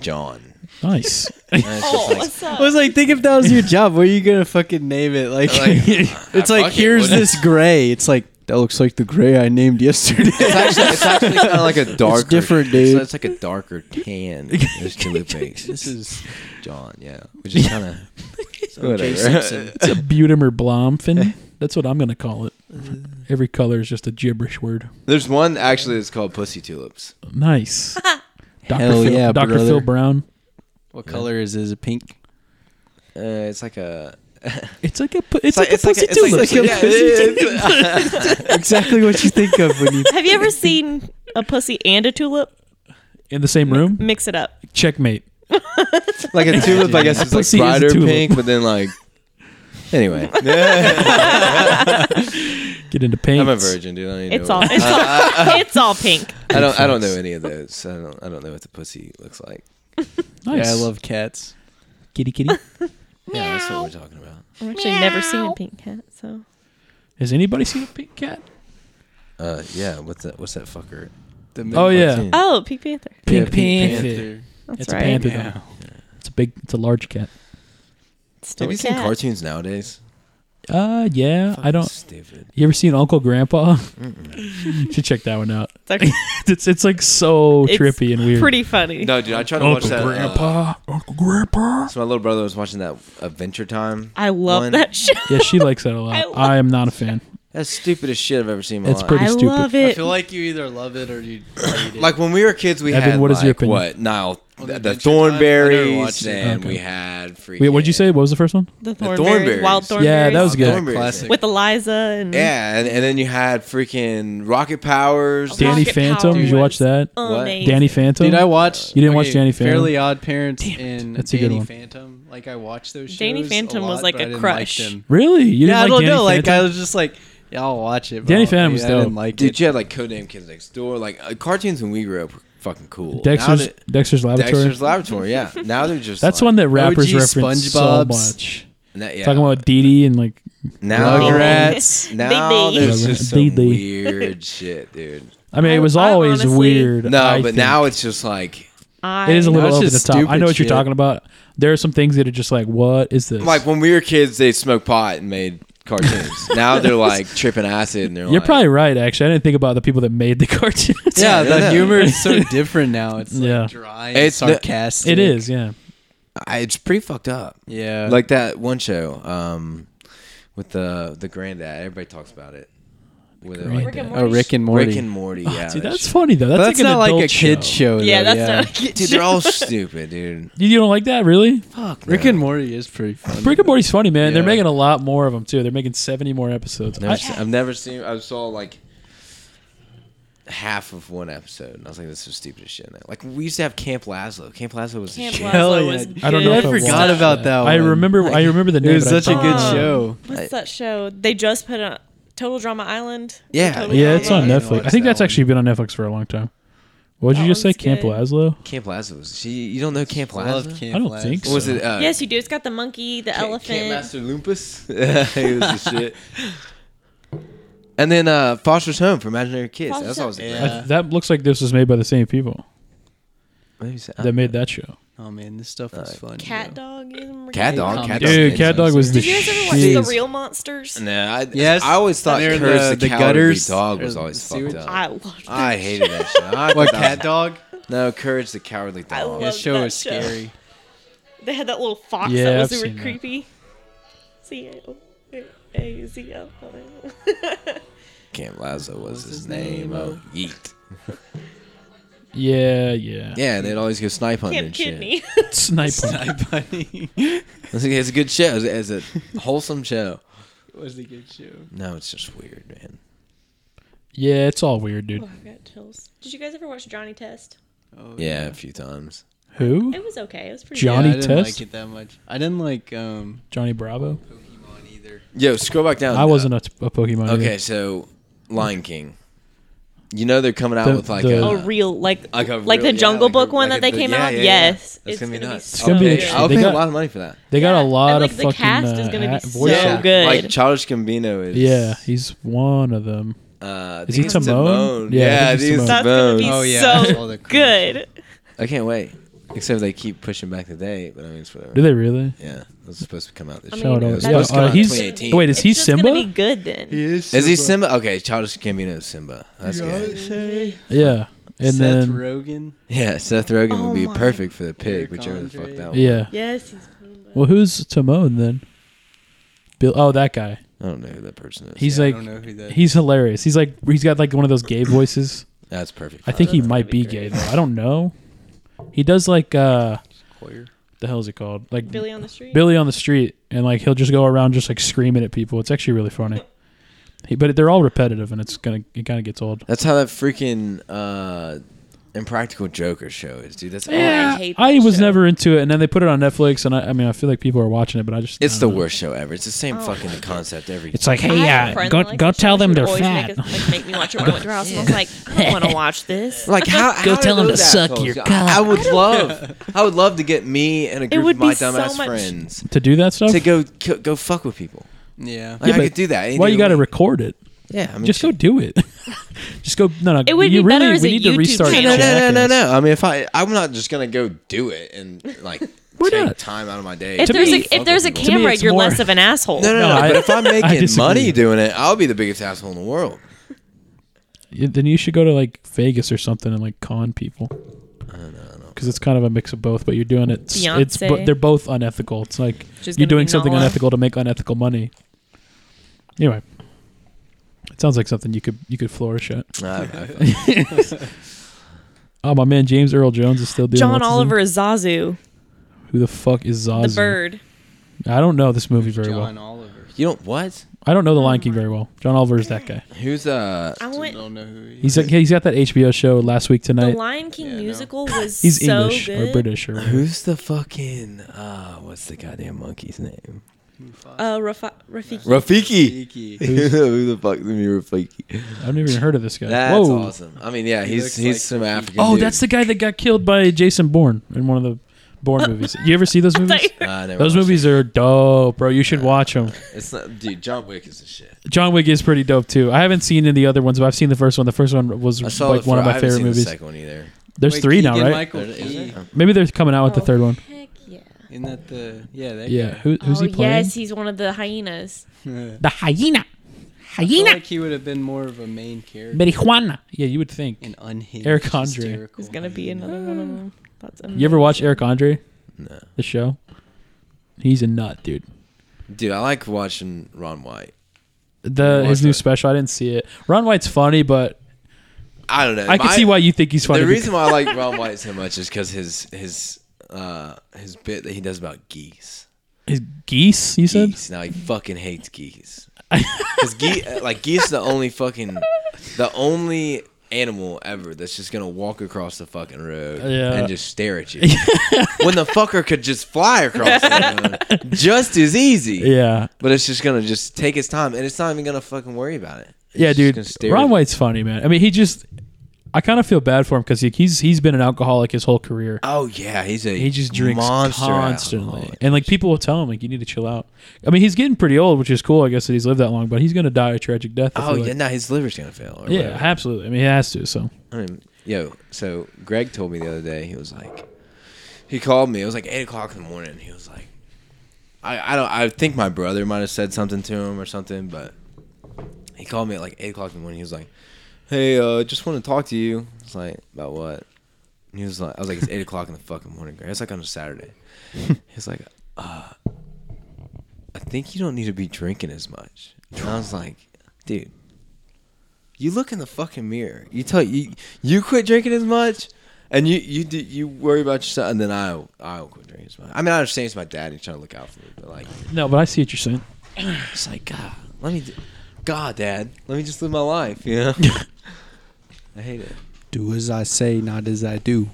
[SPEAKER 6] John.
[SPEAKER 3] nice.
[SPEAKER 6] And it's just
[SPEAKER 1] Oh,
[SPEAKER 6] like,
[SPEAKER 1] what's up?
[SPEAKER 4] I was like, think if that was your job, what are you gonna fucking name it? Like,
[SPEAKER 6] Like,
[SPEAKER 4] it's
[SPEAKER 6] I
[SPEAKER 4] like
[SPEAKER 6] fucking
[SPEAKER 4] here's
[SPEAKER 6] wouldn't.
[SPEAKER 4] this gray. It's like that looks like the gray I named yesterday.
[SPEAKER 6] It's actually, it's actually kind of like a darker,
[SPEAKER 4] different,
[SPEAKER 6] it's-
[SPEAKER 4] dude.
[SPEAKER 6] It's, like a darker tan. This Chalupe. this is John. Yeah, which is kind of whatever.
[SPEAKER 3] It's a Butimer Blomfin. That's what I'm gonna call it. Every color is just a gibberish word.
[SPEAKER 6] There's one actually that's called Pussy Tulips.
[SPEAKER 3] Nice. Dr.
[SPEAKER 4] Hell
[SPEAKER 3] Phil,
[SPEAKER 4] yeah,
[SPEAKER 3] Dr. Phil
[SPEAKER 4] brother.
[SPEAKER 3] Brown.
[SPEAKER 4] what color is is it? Pink.
[SPEAKER 6] Uh, it's like a.
[SPEAKER 3] It's like a pu- it's, like, a
[SPEAKER 6] like
[SPEAKER 3] pussy
[SPEAKER 6] it's like-
[SPEAKER 3] tulip.
[SPEAKER 6] it's like a- yeah, it is.
[SPEAKER 4] Exactly what you think of when you.
[SPEAKER 1] Have you ever seen a pussy and a tulip?
[SPEAKER 3] in the same room.
[SPEAKER 1] Mix it up.
[SPEAKER 3] Checkmate.
[SPEAKER 6] like a tulip. I guess it's like
[SPEAKER 3] Pussy is a
[SPEAKER 6] brighter
[SPEAKER 3] tulip.
[SPEAKER 6] pink, but then like. Anyway,
[SPEAKER 3] Get into paint.
[SPEAKER 6] I'm a virgin, dude. I don't even
[SPEAKER 1] It's
[SPEAKER 6] know
[SPEAKER 1] all
[SPEAKER 6] what-
[SPEAKER 1] it's all it's all pink.
[SPEAKER 6] I don't. I don't know any of those. I don't. I don't know what the pussy looks like.
[SPEAKER 3] Nice.
[SPEAKER 4] Yeah, I love cats.
[SPEAKER 5] kitty, kitty.
[SPEAKER 6] Yeah, that's what we're talking about.
[SPEAKER 1] I've actually never seen a pink cat, so
[SPEAKER 3] Has anybody seen a pink cat?
[SPEAKER 6] Uh, yeah. What's that? What's that fucker?
[SPEAKER 4] The
[SPEAKER 3] Oh yeah,
[SPEAKER 6] Pink
[SPEAKER 1] Oh, Pink Panther.
[SPEAKER 3] pink
[SPEAKER 4] Pink
[SPEAKER 3] panther.
[SPEAKER 4] Panther.
[SPEAKER 1] That's
[SPEAKER 3] It's
[SPEAKER 1] right.
[SPEAKER 3] a panther. though. It's a big. It's a large cat.
[SPEAKER 1] It's still
[SPEAKER 6] Have
[SPEAKER 1] a
[SPEAKER 6] you seen
[SPEAKER 1] cat.
[SPEAKER 6] cartoons nowadays?
[SPEAKER 3] Uh, yeah. I don't.
[SPEAKER 6] Stupid.
[SPEAKER 3] You ever seen Uncle Grandpa? Should check that one out.
[SPEAKER 1] It's actually
[SPEAKER 3] It's it's like so
[SPEAKER 1] It's
[SPEAKER 3] trippy and weird.
[SPEAKER 1] pretty funny.
[SPEAKER 6] No, dude, I tried to watch
[SPEAKER 3] Uncle
[SPEAKER 6] that. uh,
[SPEAKER 3] Oh, Grandpa. Uncle Grandpa.
[SPEAKER 6] so my little brother was watching that Adventure Time.
[SPEAKER 1] I love
[SPEAKER 6] one.
[SPEAKER 1] that show.
[SPEAKER 3] Yeah, she likes that a lot.
[SPEAKER 1] I
[SPEAKER 3] I,
[SPEAKER 1] love
[SPEAKER 3] am not a fan.
[SPEAKER 6] That's the stupidest shit I've ever seen. In my
[SPEAKER 3] It's
[SPEAKER 6] life.
[SPEAKER 3] pretty
[SPEAKER 1] I
[SPEAKER 3] stupid.
[SPEAKER 1] love
[SPEAKER 4] I
[SPEAKER 1] it.
[SPEAKER 4] feel like you either love it or you hate it.
[SPEAKER 6] Like when we were kids, we
[SPEAKER 3] Evan,
[SPEAKER 6] had
[SPEAKER 3] what
[SPEAKER 6] what
[SPEAKER 3] is
[SPEAKER 6] is
[SPEAKER 3] your
[SPEAKER 6] like,
[SPEAKER 3] opinion?
[SPEAKER 6] what now the, the
[SPEAKER 4] Adventure Time? I never
[SPEAKER 6] Thornberries
[SPEAKER 4] watched it.
[SPEAKER 6] and
[SPEAKER 3] Okay.
[SPEAKER 6] we had freaking.
[SPEAKER 3] Wait, what did you say? What was the first one?
[SPEAKER 1] The
[SPEAKER 6] The
[SPEAKER 1] thornberry, wild
[SPEAKER 6] Thornberrys.
[SPEAKER 1] thornberry.
[SPEAKER 3] Yeah, that was good.
[SPEAKER 6] Thornberries.
[SPEAKER 4] Classic.
[SPEAKER 1] with Eliza and
[SPEAKER 6] Yeah, and, and then you had freaking Rocket Powers.
[SPEAKER 1] Rocket
[SPEAKER 3] Danny Phantom. Did you watch
[SPEAKER 1] Powers.
[SPEAKER 3] that?
[SPEAKER 1] Amazing.
[SPEAKER 3] Danny Phantom.
[SPEAKER 4] Dude, I watched.
[SPEAKER 3] You didn't watch Danny Phantom?
[SPEAKER 4] Fairly Odd Parents and
[SPEAKER 3] That's a good
[SPEAKER 4] Danny
[SPEAKER 3] one.
[SPEAKER 4] Phantom. Like I watched those. Shows
[SPEAKER 1] Danny Phantom
[SPEAKER 4] a
[SPEAKER 1] was
[SPEAKER 4] lot,
[SPEAKER 1] like
[SPEAKER 4] but
[SPEAKER 1] a
[SPEAKER 4] I didn't
[SPEAKER 1] crush.
[SPEAKER 4] Like them.
[SPEAKER 3] really? You
[SPEAKER 4] yeah,
[SPEAKER 3] didn't
[SPEAKER 4] I
[SPEAKER 3] like
[SPEAKER 4] don't
[SPEAKER 3] Danny
[SPEAKER 4] know. Like
[SPEAKER 3] Phantom?
[SPEAKER 4] I was just like, yeah, I'll watch it. but
[SPEAKER 3] Danny
[SPEAKER 4] I'll-
[SPEAKER 3] Phantom was
[SPEAKER 4] I didn't
[SPEAKER 3] dope.
[SPEAKER 4] like
[SPEAKER 6] Dude,
[SPEAKER 4] it.
[SPEAKER 6] you had like Codename Kids Next Door. Like uh, cartoons when we grew up were fucking cool.
[SPEAKER 3] Dexter's
[SPEAKER 6] Now
[SPEAKER 3] Dexter's
[SPEAKER 6] that-
[SPEAKER 3] Laboratory.
[SPEAKER 6] Dexter's Laboratory. Yeah, now they're just
[SPEAKER 3] That's
[SPEAKER 6] like,
[SPEAKER 3] one that rappers
[SPEAKER 4] OG
[SPEAKER 3] reference so
[SPEAKER 4] SpongeBob's.
[SPEAKER 3] much.
[SPEAKER 6] that- yeah.
[SPEAKER 3] Talking about Dee Dee and like
[SPEAKER 6] now.
[SPEAKER 4] Rugrats.
[SPEAKER 6] Now
[SPEAKER 1] Dee Dee.
[SPEAKER 6] there's just some
[SPEAKER 3] Dee Dee.
[SPEAKER 6] weird shit, dude.
[SPEAKER 3] I mean,
[SPEAKER 1] I-
[SPEAKER 3] it was
[SPEAKER 1] I
[SPEAKER 3] always
[SPEAKER 1] honestly-
[SPEAKER 3] weird.
[SPEAKER 6] No,
[SPEAKER 3] I
[SPEAKER 6] but
[SPEAKER 3] think.
[SPEAKER 6] now it's just like
[SPEAKER 1] I,
[SPEAKER 3] it is a little
[SPEAKER 4] That's
[SPEAKER 3] over the
[SPEAKER 4] just
[SPEAKER 3] top. I know
[SPEAKER 4] stupid
[SPEAKER 3] what you're
[SPEAKER 4] shit.
[SPEAKER 3] talking about. There are some things that are just like, what is this?
[SPEAKER 6] like when we were kids, they smoked pot and made cartoons. now they're like tripping acid and they're
[SPEAKER 3] you're
[SPEAKER 6] like,
[SPEAKER 3] probably right. Actually, I didn't think about the people that made the cartoons.
[SPEAKER 4] Yeah,
[SPEAKER 6] Yeah, yeah.
[SPEAKER 4] the humor is so different now. It's like
[SPEAKER 3] Yeah.
[SPEAKER 4] dry and
[SPEAKER 6] It's the-
[SPEAKER 4] sarcastic.
[SPEAKER 3] it is. Yeah,
[SPEAKER 6] I, it's pretty fucked up.
[SPEAKER 4] Yeah.
[SPEAKER 6] Like that one show um, with the the granddad. Everybody talks about it. With it, like,
[SPEAKER 1] Rick and
[SPEAKER 6] the-
[SPEAKER 1] Morty.
[SPEAKER 4] oh, Rick and Morty.
[SPEAKER 6] Rick and Morty. Yeah,
[SPEAKER 3] See,
[SPEAKER 6] that
[SPEAKER 3] that's
[SPEAKER 6] shit.
[SPEAKER 3] funny though. That's,
[SPEAKER 4] But
[SPEAKER 3] like
[SPEAKER 4] that's
[SPEAKER 3] an
[SPEAKER 4] not like
[SPEAKER 3] adult
[SPEAKER 4] a kid show.
[SPEAKER 1] yeah,
[SPEAKER 4] though,
[SPEAKER 1] that's not a kid
[SPEAKER 6] Dude,
[SPEAKER 1] show.
[SPEAKER 6] they're all stupid, dude.
[SPEAKER 3] You, you don't like that, really?
[SPEAKER 6] Fuck.
[SPEAKER 4] Rick
[SPEAKER 6] no.
[SPEAKER 4] and Morty is pretty funny.
[SPEAKER 3] Rick and Morty's funny, man. They're
[SPEAKER 4] Yeah.
[SPEAKER 3] making a lot more of them too. They're making 70 more episodes.
[SPEAKER 6] Never
[SPEAKER 3] I-
[SPEAKER 6] seen, I've never seen. I saw like half of one episode, and I was like, "This is stupid as shit." Like we used to have Camp Laszlo. Camp Laszlo was
[SPEAKER 1] Camp
[SPEAKER 6] the shit.
[SPEAKER 4] Hell
[SPEAKER 1] Laszlo
[SPEAKER 4] yeah.
[SPEAKER 1] was
[SPEAKER 3] I don't know.
[SPEAKER 1] good
[SPEAKER 3] if
[SPEAKER 4] I
[SPEAKER 1] stuff.
[SPEAKER 4] forgot about that
[SPEAKER 3] I
[SPEAKER 4] one.
[SPEAKER 3] remember. I remember the
[SPEAKER 4] It
[SPEAKER 3] name.
[SPEAKER 4] was
[SPEAKER 3] but I
[SPEAKER 4] such a
[SPEAKER 3] don't-
[SPEAKER 4] good
[SPEAKER 1] Um,
[SPEAKER 4] show.
[SPEAKER 1] What's that show? They just put on Total Drama Island.
[SPEAKER 6] Yeah.
[SPEAKER 1] Total
[SPEAKER 3] Yeah,
[SPEAKER 1] Drama
[SPEAKER 3] it's on
[SPEAKER 1] Island.
[SPEAKER 4] didn't
[SPEAKER 3] Netflix. I
[SPEAKER 4] watch
[SPEAKER 3] think
[SPEAKER 4] that
[SPEAKER 3] that's
[SPEAKER 4] one.
[SPEAKER 3] actually been on Netflix for a long time. What did
[SPEAKER 1] That
[SPEAKER 3] you just say,
[SPEAKER 1] one's
[SPEAKER 3] Camp
[SPEAKER 1] good.
[SPEAKER 3] Laszlo?
[SPEAKER 6] Camp Laszlo was. She, you don't know Camp
[SPEAKER 4] I
[SPEAKER 6] Laszlo?
[SPEAKER 4] loved Camp
[SPEAKER 3] I don't
[SPEAKER 4] Laszlo.
[SPEAKER 3] think
[SPEAKER 6] What was
[SPEAKER 3] so.
[SPEAKER 6] it? Uh,
[SPEAKER 1] Yes, you do. It's got the monkey, the
[SPEAKER 6] Camp- Camp
[SPEAKER 1] elephant.
[SPEAKER 6] Master Lumpus. he was the shit. And then uh, Foster's Home for Imaginary Kids.
[SPEAKER 1] Foster's
[SPEAKER 4] Uh,
[SPEAKER 6] That's always a
[SPEAKER 4] Home.
[SPEAKER 6] great.
[SPEAKER 3] I- that looks like this was made by the same people
[SPEAKER 6] Maybe so-
[SPEAKER 3] that made that show.
[SPEAKER 4] Oh man, this stuff was fun.
[SPEAKER 1] Cat
[SPEAKER 4] yo.
[SPEAKER 1] dog. is-
[SPEAKER 6] Cat dog.
[SPEAKER 4] Dude,
[SPEAKER 6] Cat dog.
[SPEAKER 3] Dude,
[SPEAKER 6] made
[SPEAKER 3] Cat
[SPEAKER 6] sense.
[SPEAKER 3] Dog was the
[SPEAKER 1] Did you guys ever watch
[SPEAKER 3] shit.
[SPEAKER 1] the Real Monsters?
[SPEAKER 6] Nah, uh, I,
[SPEAKER 4] Yes.
[SPEAKER 6] I always thought
[SPEAKER 4] They're in
[SPEAKER 6] Courage
[SPEAKER 4] the-
[SPEAKER 6] the,
[SPEAKER 4] the
[SPEAKER 6] Cowardly
[SPEAKER 4] gutters
[SPEAKER 6] Dog
[SPEAKER 4] or
[SPEAKER 6] was
[SPEAKER 4] the
[SPEAKER 6] always
[SPEAKER 4] sewage.
[SPEAKER 6] fucked up.
[SPEAKER 1] I loved that.
[SPEAKER 6] I hated that shit. I
[SPEAKER 4] What
[SPEAKER 6] thought
[SPEAKER 4] cat
[SPEAKER 6] that-
[SPEAKER 4] dog?
[SPEAKER 6] No, Courage the Cowardly Dog.
[SPEAKER 1] I
[SPEAKER 4] That
[SPEAKER 1] love
[SPEAKER 4] show
[SPEAKER 1] that
[SPEAKER 4] is
[SPEAKER 1] show.
[SPEAKER 4] scary.
[SPEAKER 1] They had that little fox
[SPEAKER 3] Yeah,
[SPEAKER 1] that
[SPEAKER 3] I've
[SPEAKER 1] was super
[SPEAKER 3] seen that.
[SPEAKER 1] creepy. C A O A Z O.
[SPEAKER 6] Camp Lazo was his name. Oh, yeet.
[SPEAKER 3] Yeah, yeah.
[SPEAKER 6] Yeah, they'd always go snipe hunting
[SPEAKER 1] Camp
[SPEAKER 6] and shit.
[SPEAKER 1] Kidney.
[SPEAKER 3] Snipe.
[SPEAKER 4] Bunny
[SPEAKER 6] It's a, it's a good show. It's a, it's a wholesome show.
[SPEAKER 4] was the good show.
[SPEAKER 6] No, it's just weird, man.
[SPEAKER 3] Yeah, it's all weird, dude.
[SPEAKER 1] oh, I got chills. Did you guys ever watch Johnny Test?
[SPEAKER 4] Oh,
[SPEAKER 6] Yeah, a few times.
[SPEAKER 3] Who?
[SPEAKER 1] It was okay. It was pretty.
[SPEAKER 3] Johnny
[SPEAKER 4] I didn't
[SPEAKER 3] Test?
[SPEAKER 4] like it that much. I didn't like um
[SPEAKER 3] Johnny Bravo.
[SPEAKER 4] Pokemon either.
[SPEAKER 6] Yo, scroll back
[SPEAKER 4] Oh,
[SPEAKER 6] down.
[SPEAKER 3] I wasn't a, a Pokemon.
[SPEAKER 6] Okay,
[SPEAKER 3] either.
[SPEAKER 6] so Lion King. You know they're coming out
[SPEAKER 3] The-
[SPEAKER 6] with like
[SPEAKER 3] the-
[SPEAKER 6] a.
[SPEAKER 1] good. A real like
[SPEAKER 6] Like a
[SPEAKER 1] Oh, like the
[SPEAKER 6] real- yeah,
[SPEAKER 1] Jungle
[SPEAKER 6] like a-
[SPEAKER 1] Book one
[SPEAKER 6] like
[SPEAKER 1] that they
[SPEAKER 6] a-
[SPEAKER 1] came
[SPEAKER 6] yeah,
[SPEAKER 1] out.
[SPEAKER 6] yeah, yeah.
[SPEAKER 1] Yes,
[SPEAKER 6] That's gonna be nuts.
[SPEAKER 1] so
[SPEAKER 3] It's gonna be
[SPEAKER 1] good.
[SPEAKER 3] interesting.
[SPEAKER 6] I'll
[SPEAKER 3] They
[SPEAKER 6] pay
[SPEAKER 3] got-
[SPEAKER 6] a lot of money for that.
[SPEAKER 3] They got a
[SPEAKER 1] Yeah,
[SPEAKER 3] lot
[SPEAKER 1] and,
[SPEAKER 3] of
[SPEAKER 1] like, the
[SPEAKER 3] fucking
[SPEAKER 1] cast is
[SPEAKER 3] uh,
[SPEAKER 1] gonna be
[SPEAKER 3] act-
[SPEAKER 1] so
[SPEAKER 3] voice actors.
[SPEAKER 1] good.
[SPEAKER 6] Like Childish Gambino is.
[SPEAKER 3] Yeah, he's one of them.
[SPEAKER 6] Uh, I
[SPEAKER 3] Is
[SPEAKER 6] think
[SPEAKER 3] he
[SPEAKER 6] it's
[SPEAKER 3] Timon? Yeah, I
[SPEAKER 6] Yeah,
[SPEAKER 3] think
[SPEAKER 6] I
[SPEAKER 3] he's
[SPEAKER 6] think it's
[SPEAKER 1] That's gonna be
[SPEAKER 6] Timon.
[SPEAKER 4] Oh, yeah, that's all
[SPEAKER 1] so
[SPEAKER 4] the creeps.
[SPEAKER 1] good.
[SPEAKER 6] I can't wait. Except they keep pushing back the date, but I mean, it's whatever.
[SPEAKER 3] Do they really?
[SPEAKER 6] Yeah, it was supposed to come out this
[SPEAKER 1] I
[SPEAKER 6] year.
[SPEAKER 1] mean,
[SPEAKER 3] Shout out.
[SPEAKER 6] It was
[SPEAKER 1] that's-
[SPEAKER 3] Yeah,
[SPEAKER 6] supposed to come
[SPEAKER 3] uh,
[SPEAKER 6] out in
[SPEAKER 3] he's-
[SPEAKER 6] 2018.
[SPEAKER 3] Wait, is he
[SPEAKER 1] it's just gonna
[SPEAKER 3] Simba?
[SPEAKER 1] be good then.
[SPEAKER 4] is,
[SPEAKER 6] Is he Simba? Okay, Childish Gambino is Simba. That's good.
[SPEAKER 3] Yeah, and
[SPEAKER 4] Seth
[SPEAKER 3] then
[SPEAKER 4] Rogen.
[SPEAKER 6] Yeah, Seth Rogen
[SPEAKER 1] Oh
[SPEAKER 6] would be
[SPEAKER 1] my-
[SPEAKER 6] perfect for the pig,
[SPEAKER 4] Eric
[SPEAKER 6] whichever the
[SPEAKER 4] Andre.
[SPEAKER 6] fuck that was.
[SPEAKER 3] yeah.
[SPEAKER 1] Yes, he's
[SPEAKER 3] Well, who's Timon then? Bill. Oh, that guy.
[SPEAKER 6] I don't know who that person is.
[SPEAKER 3] He's
[SPEAKER 4] Yeah, I
[SPEAKER 3] like
[SPEAKER 4] don't know who that.
[SPEAKER 3] he's hilarious. He's like he's got like one of those gay voices.
[SPEAKER 6] That's perfect.
[SPEAKER 3] I think he
[SPEAKER 1] that's
[SPEAKER 3] might
[SPEAKER 1] gonna be
[SPEAKER 3] be gay
[SPEAKER 1] great.
[SPEAKER 3] though. I don't know. He does like uh
[SPEAKER 4] Hoyer.
[SPEAKER 3] the hell is it called? Like
[SPEAKER 1] Billy on the street.
[SPEAKER 3] Billy on the street, and like he'll just go around just like screaming at people. It's actually really funny. He, but they're all repetitive, and it's gonna it kind of gets old.
[SPEAKER 6] That's how that freaking uh, Impractical Joker show is, dude. That's
[SPEAKER 1] Yeah. I hate that
[SPEAKER 3] I was
[SPEAKER 1] show.
[SPEAKER 3] never into it, and then they put it on Netflix, and I, I mean, I feel like people are watching it, but I just
[SPEAKER 6] it's
[SPEAKER 3] I
[SPEAKER 6] the
[SPEAKER 3] don't know.
[SPEAKER 6] worst show ever. It's
[SPEAKER 1] Oh.
[SPEAKER 6] the same fucking concept every.
[SPEAKER 5] It's like,
[SPEAKER 1] I
[SPEAKER 5] hey,
[SPEAKER 1] had a
[SPEAKER 5] uh,
[SPEAKER 1] friend
[SPEAKER 5] go
[SPEAKER 1] that liked
[SPEAKER 5] go
[SPEAKER 1] that show.
[SPEAKER 5] tell
[SPEAKER 1] She
[SPEAKER 5] them
[SPEAKER 1] would
[SPEAKER 5] they're
[SPEAKER 1] always
[SPEAKER 5] fat.
[SPEAKER 1] Make, us, like, make me watch it when I went to her house. And I was like, I don't want to watch this.
[SPEAKER 6] like how, how
[SPEAKER 5] Go
[SPEAKER 6] do
[SPEAKER 5] tell 'em to
[SPEAKER 6] those
[SPEAKER 5] suck
[SPEAKER 6] assholes-
[SPEAKER 5] your cock.
[SPEAKER 6] I would love, I would love to get me and a group
[SPEAKER 1] would
[SPEAKER 6] of my
[SPEAKER 1] be so
[SPEAKER 6] dumbass
[SPEAKER 1] much-
[SPEAKER 6] friends
[SPEAKER 3] to do that stuff.
[SPEAKER 6] to go ki- go fuck with people.
[SPEAKER 4] Yeah.
[SPEAKER 6] Like, I
[SPEAKER 3] but
[SPEAKER 6] could do that.
[SPEAKER 3] Why you got to record
[SPEAKER 6] record?
[SPEAKER 3] it?
[SPEAKER 6] yeah, I mean,
[SPEAKER 3] just go do it. just go. No, no.
[SPEAKER 1] It would
[SPEAKER 3] you
[SPEAKER 1] be
[SPEAKER 3] really
[SPEAKER 1] better as
[SPEAKER 3] we
[SPEAKER 1] a
[SPEAKER 3] need to
[SPEAKER 1] YouTube
[SPEAKER 3] restart.
[SPEAKER 1] channel.
[SPEAKER 6] No, no, no, no,
[SPEAKER 3] Jackass.
[SPEAKER 6] no. I mean, if I, I'm not just gonna go do it and like
[SPEAKER 3] Why
[SPEAKER 6] take
[SPEAKER 3] not?
[SPEAKER 6] time out of my day.
[SPEAKER 1] If
[SPEAKER 6] to
[SPEAKER 1] there's
[SPEAKER 6] go
[SPEAKER 1] a
[SPEAKER 6] fuck
[SPEAKER 1] if there's a
[SPEAKER 6] with people.
[SPEAKER 3] me,
[SPEAKER 1] camera,
[SPEAKER 3] it's
[SPEAKER 1] you're
[SPEAKER 3] more-
[SPEAKER 1] less of an asshole.
[SPEAKER 6] No, no, no.
[SPEAKER 3] No, I-
[SPEAKER 6] but if I'm
[SPEAKER 3] I
[SPEAKER 6] making
[SPEAKER 3] disagree.
[SPEAKER 6] money doing it, I'll be the biggest asshole in the world.
[SPEAKER 3] Yeah, Then you should go to like Vegas or something and like con people. Because it's kind of a mix of both, but you're doing it. s- It's
[SPEAKER 1] Beyonce.
[SPEAKER 3] but they're both unethical. It's like
[SPEAKER 1] She's
[SPEAKER 3] you're
[SPEAKER 1] gonna
[SPEAKER 3] doing
[SPEAKER 1] be
[SPEAKER 3] something
[SPEAKER 1] Nala.
[SPEAKER 3] unethical to make unethical money. Anyway, it sounds like something you could you could flourish at.
[SPEAKER 6] Nah, I- I-
[SPEAKER 3] Oh my man, James Earl Jones is still doing
[SPEAKER 1] John
[SPEAKER 3] what's his name?
[SPEAKER 1] Oliver is Zazu,
[SPEAKER 3] Who the fuck is Zazu?
[SPEAKER 1] the bird.
[SPEAKER 3] I don't know this movie very
[SPEAKER 4] John
[SPEAKER 3] well.
[SPEAKER 4] Oliver.
[SPEAKER 6] you don't what?
[SPEAKER 3] I don't know The Lion King very well. John Oliver is that guy.
[SPEAKER 6] Who's uh?
[SPEAKER 1] I
[SPEAKER 4] I
[SPEAKER 1] went.
[SPEAKER 4] don't know who he is.
[SPEAKER 3] He's like he's got that HBO show last week
[SPEAKER 1] The
[SPEAKER 3] tonight.
[SPEAKER 1] Lion King
[SPEAKER 4] Yeah, no.
[SPEAKER 1] musical was
[SPEAKER 3] He's
[SPEAKER 1] so
[SPEAKER 3] English
[SPEAKER 1] good.
[SPEAKER 3] or British or whatever.
[SPEAKER 6] Who's the fucking uh? What's the goddamn monkey's name?
[SPEAKER 1] Uh, Rafa- Rafiki.
[SPEAKER 6] Rafiki.
[SPEAKER 4] Geeky.
[SPEAKER 6] Who the fuck is me, Rafiki?
[SPEAKER 3] I've never even heard of this guy.
[SPEAKER 6] That's
[SPEAKER 3] Whoa.
[SPEAKER 6] awesome. I mean, yeah, he's
[SPEAKER 4] looks
[SPEAKER 6] he's
[SPEAKER 4] like
[SPEAKER 6] some
[SPEAKER 4] Rafiki.
[SPEAKER 6] African.
[SPEAKER 3] Oh,
[SPEAKER 6] dude.
[SPEAKER 3] that's the guy that got killed by Jason Bourne in one of the Bourne movies. You ever see those movies?
[SPEAKER 6] Uh, I never
[SPEAKER 3] Those
[SPEAKER 6] watched
[SPEAKER 3] movies are dope, bro. You should watch them.
[SPEAKER 6] it. It's not, dude. John Wick is the shit.
[SPEAKER 3] John Wick is pretty dope too. I haven't seen any of the other ones, but I've seen the first one. The first one was
[SPEAKER 6] I
[SPEAKER 3] like
[SPEAKER 6] saw
[SPEAKER 3] one
[SPEAKER 6] the fir-
[SPEAKER 3] of
[SPEAKER 6] I
[SPEAKER 3] my
[SPEAKER 6] haven't
[SPEAKER 3] favorite
[SPEAKER 6] seen
[SPEAKER 3] movies.
[SPEAKER 6] The second one either.
[SPEAKER 3] There's
[SPEAKER 4] Wait,
[SPEAKER 3] three now,
[SPEAKER 4] Keegan
[SPEAKER 3] right?
[SPEAKER 4] Michael
[SPEAKER 6] Is
[SPEAKER 4] Key.
[SPEAKER 6] it?
[SPEAKER 3] Maybe they're coming out with the
[SPEAKER 1] Oh,
[SPEAKER 3] third one.
[SPEAKER 1] Heck yeah.
[SPEAKER 4] Isn't that the yeah that
[SPEAKER 3] Yeah.
[SPEAKER 4] guy?
[SPEAKER 3] Who, who's
[SPEAKER 1] oh,
[SPEAKER 3] he playing?
[SPEAKER 1] yes, he's one of the hyenas.
[SPEAKER 5] The hyena,
[SPEAKER 4] I feel
[SPEAKER 5] hyena,
[SPEAKER 4] like he would have been more of a main character,
[SPEAKER 5] marijuana.
[SPEAKER 3] Yeah, you would think.
[SPEAKER 4] an unhinged,
[SPEAKER 3] Eric Andre.
[SPEAKER 4] hysterical
[SPEAKER 1] There's gonna be
[SPEAKER 4] hyena.
[SPEAKER 1] another one of them. That's
[SPEAKER 3] You ever watch
[SPEAKER 1] amazing.
[SPEAKER 3] Eric Andre?
[SPEAKER 6] No.
[SPEAKER 3] The show. He's a nut, dude.
[SPEAKER 6] Dude, I like watching Ron White.
[SPEAKER 3] The
[SPEAKER 6] Watch
[SPEAKER 3] his new
[SPEAKER 6] that.
[SPEAKER 3] special. I didn't see it. Ron White's funny, but
[SPEAKER 6] I don't know.
[SPEAKER 3] I can
[SPEAKER 6] My-
[SPEAKER 3] see why you think he's funny.
[SPEAKER 6] The
[SPEAKER 3] because-
[SPEAKER 6] reason why I like Ron White so much is because his his uh his bit that he does about geese.
[SPEAKER 3] his geese, you said.
[SPEAKER 6] Geese. Now he fucking hates geese. Because ge- like geese, is the only fucking the only animal ever that's just gonna walk across the fucking road
[SPEAKER 3] Yeah.
[SPEAKER 6] and just stare at you. when the fucker could just fly across the road just as easy.
[SPEAKER 3] Yeah,
[SPEAKER 6] But it's just gonna just take its time, and it's not even gonna fucking worry about it. It's
[SPEAKER 3] yeah,
[SPEAKER 6] just
[SPEAKER 3] dude.
[SPEAKER 6] gonna stare at
[SPEAKER 3] Ron
[SPEAKER 6] you.
[SPEAKER 3] White's funny, man. I mean, he just. I kind of feel bad for him because he, he's he's been an alcoholic his whole career.
[SPEAKER 6] Oh yeah, he's a
[SPEAKER 3] He just drinks
[SPEAKER 6] monster
[SPEAKER 3] constantly,
[SPEAKER 6] alcoholic.
[SPEAKER 3] and like people will tell him like you need to chill out. I mean, he's getting pretty old, which is cool, I guess, that he's lived that long. But he's gonna die a tragic death. I
[SPEAKER 6] Oh
[SPEAKER 3] feel
[SPEAKER 6] yeah,
[SPEAKER 3] like.
[SPEAKER 6] no, his liver's gonna fail. Or
[SPEAKER 3] yeah,
[SPEAKER 6] whatever.
[SPEAKER 3] absolutely. I mean, he has to. So
[SPEAKER 6] I mean, yo, so Greg told me the other day he was like, He called me. It was like eight o'clock in the morning. He was like, I, I don't. I think my brother might have said something to him or something, but he called me at like eight o'clock in the morning. He was like, Hey, uh, just want to talk to you. I was like, About what? And he was like, I was like, It's eight o'clock in the fucking morning, Greg. It's like on a Saturday. He's like, uh, I think you don't need to be drinking as much. And I was like, Dude, you look in the fucking mirror. You tell you you quit drinking as much, and you you do, you worry about yourself, and then I I will quit drinking as much. I mean, I understand it's my dad; he's trying to look out for me, but like,
[SPEAKER 3] No, but I see what you're saying.
[SPEAKER 6] it's like God, let me, do, God, Dad, let me just live my life. You know, I hate it.
[SPEAKER 4] Do as I say, not as I do.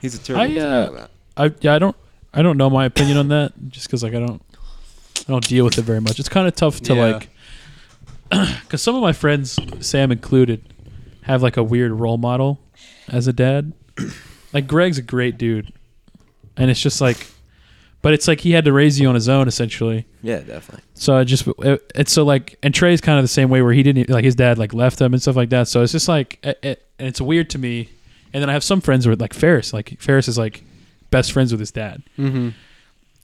[SPEAKER 6] He's a
[SPEAKER 3] I,
[SPEAKER 6] terrible.
[SPEAKER 3] uh,
[SPEAKER 6] example of that.
[SPEAKER 3] I yeah, I don't I don't know my opinion on that just because like I don't I don't deal with it very much. It's kind of tough to
[SPEAKER 4] Yeah.
[SPEAKER 3] like because some of my friends, Sam included, have like a weird role model as a dad. like Greg's a great dude, and it's just like, but it's like he had to raise you on his own essentially.
[SPEAKER 6] yeah, definitely.
[SPEAKER 3] So I just it, it's so like and Trey's kind of the same way where he didn't like his dad like left him and stuff like that. So it's just like it, it, and it's weird to me. And then I have some friends with like Ferris. Like Ferris is like best friends with his dad. Mm-hmm.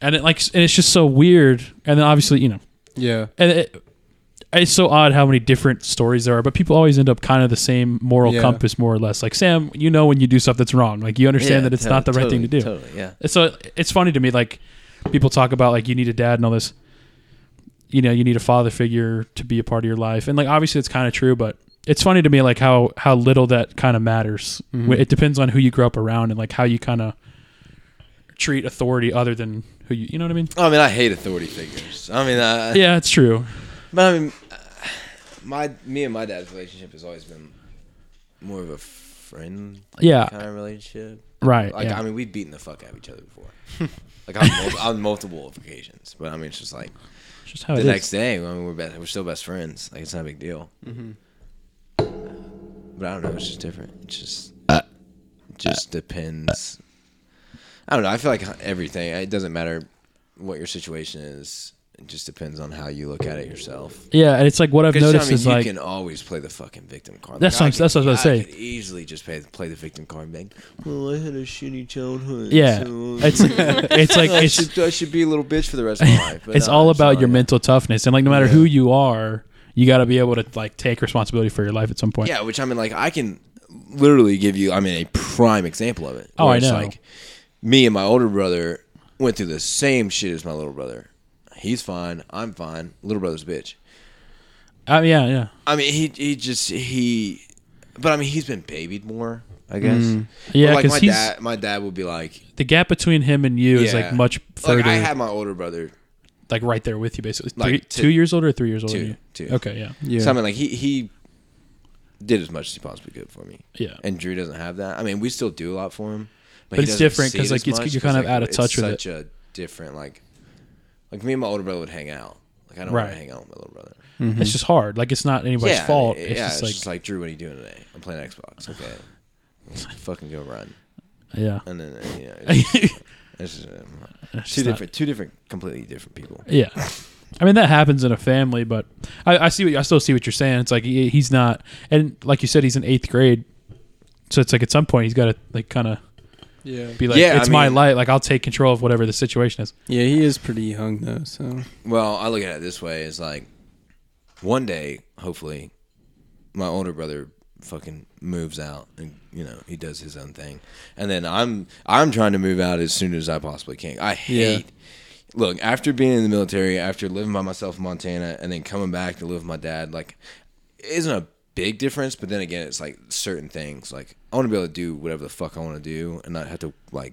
[SPEAKER 3] And it like and it's just so weird. And then obviously you know
[SPEAKER 4] Yeah.
[SPEAKER 3] and it, it's so odd how many different stories there are. But people always end up kind of the same moral
[SPEAKER 4] Yeah.
[SPEAKER 3] compass more or less. Like Sam, you know when you do stuff that's wrong. Like you understand
[SPEAKER 6] Yeah,
[SPEAKER 3] that it's
[SPEAKER 6] to-
[SPEAKER 3] not the right
[SPEAKER 6] totally,
[SPEAKER 3] thing to do.
[SPEAKER 6] Totally, yeah.
[SPEAKER 3] And so it's funny to me like people talk about like you need a dad and all this you know you need a father figure to be a part of your life and like obviously it's kind of true but it's funny to me like how how little that kind of matters
[SPEAKER 6] Mm-hmm.
[SPEAKER 3] it depends on who you grow up around and like how you kind of treat authority other than who you you know what i mean
[SPEAKER 6] I mean, I hate authority figures. I mean, uh,
[SPEAKER 3] yeah it's true
[SPEAKER 6] But I mean, uh, my me and my dad's relationship has always been more of a friend
[SPEAKER 3] yeah
[SPEAKER 6] kind of relationship.
[SPEAKER 3] right
[SPEAKER 6] Like
[SPEAKER 3] yeah.
[SPEAKER 6] I mean, we've beaten the fuck out of each other before. like on, mul- on multiple occasions, but I mean, it's just like
[SPEAKER 3] It's just how
[SPEAKER 6] the
[SPEAKER 3] Oh, it is.
[SPEAKER 6] next day. I mean, we're best, we're still best friends. Like it's not a big deal. But I don't know. It's just different. It just it just depends. I don't know. I feel like everything. It doesn't matter what your situation is. It just depends on how you look at it yourself.
[SPEAKER 3] yeah and it's like what i've
[SPEAKER 6] Because
[SPEAKER 3] noticed
[SPEAKER 6] I mean,
[SPEAKER 3] is
[SPEAKER 6] you
[SPEAKER 3] like
[SPEAKER 6] can always play the fucking victim card.
[SPEAKER 3] That's what I'm-
[SPEAKER 6] could-
[SPEAKER 3] that's what I was about to say.
[SPEAKER 6] could easily just play, play the victim card. And be like, well, I had a shitty childhood.
[SPEAKER 3] yeah
[SPEAKER 6] so
[SPEAKER 3] it's it's like
[SPEAKER 6] I,
[SPEAKER 3] it's
[SPEAKER 6] should, I should be a little bitch for the rest of my life. but
[SPEAKER 3] it's
[SPEAKER 6] no,
[SPEAKER 3] all
[SPEAKER 6] it's
[SPEAKER 3] about
[SPEAKER 6] not.
[SPEAKER 3] your mental toughness and like no matter who you are you got to be able to like take responsibility for your life at some point
[SPEAKER 6] Yeah, which I mean, like I can literally give you. I mean, a prime example of it.
[SPEAKER 3] Oh,
[SPEAKER 6] where
[SPEAKER 3] I
[SPEAKER 6] it's
[SPEAKER 3] know.
[SPEAKER 6] Like me and my older brother went through the same shit as my little brother. He's fine. I'm fine. Little brother's a bitch.
[SPEAKER 3] Uh, yeah yeah
[SPEAKER 6] I mean, he he just he, but I mean, he's been babied more, I guess.
[SPEAKER 3] Mm. Yeah,
[SPEAKER 6] But, like
[SPEAKER 3] 'cause
[SPEAKER 6] my
[SPEAKER 3] he's-
[SPEAKER 6] dad, my dad would be like,
[SPEAKER 3] the gap between him and you is like
[SPEAKER 6] Yeah.
[SPEAKER 3] much further
[SPEAKER 6] Like
[SPEAKER 3] like,
[SPEAKER 6] I had my older brother
[SPEAKER 3] right there with you basically
[SPEAKER 6] Like,
[SPEAKER 3] three,
[SPEAKER 6] two-
[SPEAKER 3] two years older or three years older
[SPEAKER 6] two,
[SPEAKER 3] than you?
[SPEAKER 6] two.
[SPEAKER 3] okay yeah
[SPEAKER 4] Yeah.
[SPEAKER 6] So I mean, like he he did as much as he possibly could for me.
[SPEAKER 3] Yeah.
[SPEAKER 6] And Drew doesn't have that. I mean, we still do a lot for him,
[SPEAKER 3] But
[SPEAKER 6] he
[SPEAKER 3] it's
[SPEAKER 6] doesn't
[SPEAKER 3] different
[SPEAKER 6] see
[SPEAKER 3] 'cause,
[SPEAKER 6] it
[SPEAKER 3] like,
[SPEAKER 6] as
[SPEAKER 3] it's-
[SPEAKER 6] much
[SPEAKER 3] you're kind of out of
[SPEAKER 6] it's
[SPEAKER 3] touch with it.
[SPEAKER 6] such a different like, like me and my older brother would hang out. Like I don't want
[SPEAKER 3] Right.
[SPEAKER 6] to hang out with my little brother.
[SPEAKER 3] it's just hard like it's not anybody's
[SPEAKER 6] yeah, I
[SPEAKER 3] fault
[SPEAKER 6] mean,
[SPEAKER 3] it's,
[SPEAKER 6] yeah,
[SPEAKER 3] just,
[SPEAKER 6] it's
[SPEAKER 3] like,
[SPEAKER 6] just like Drew, what are you doing today? I'm playing Xbox. Okay. Let's fucking go run.
[SPEAKER 3] yeah
[SPEAKER 6] And then uh, you know, it's just, it's just, uh, two
[SPEAKER 3] not-
[SPEAKER 6] different, two different, completely different people.
[SPEAKER 3] Yeah. I mean that happens in a family, but I, I see what I still see what you're saying. It's like he, he's not, and like you said, he's in eighth grade, so it's like at some point he's got to like kind of
[SPEAKER 4] Yeah.
[SPEAKER 3] be like,
[SPEAKER 6] Yeah, I
[SPEAKER 3] it's my
[SPEAKER 6] mean-
[SPEAKER 3] life. Like I'll take control of whatever the situation is.
[SPEAKER 4] Yeah, he is pretty young though, so
[SPEAKER 6] Well, I look at it this way: is like one day, hopefully, my older brother fucking moves out, and you know he does his own thing, and then I'm I'm trying to move out as soon as I possibly can. I hate. Look, after being in the military, after living by myself in Montana, and then coming back to live with my dad, like, it isn't a big difference. But then again, it's like certain things. Like, I want to be able to do whatever the fuck I want to do, and not have to like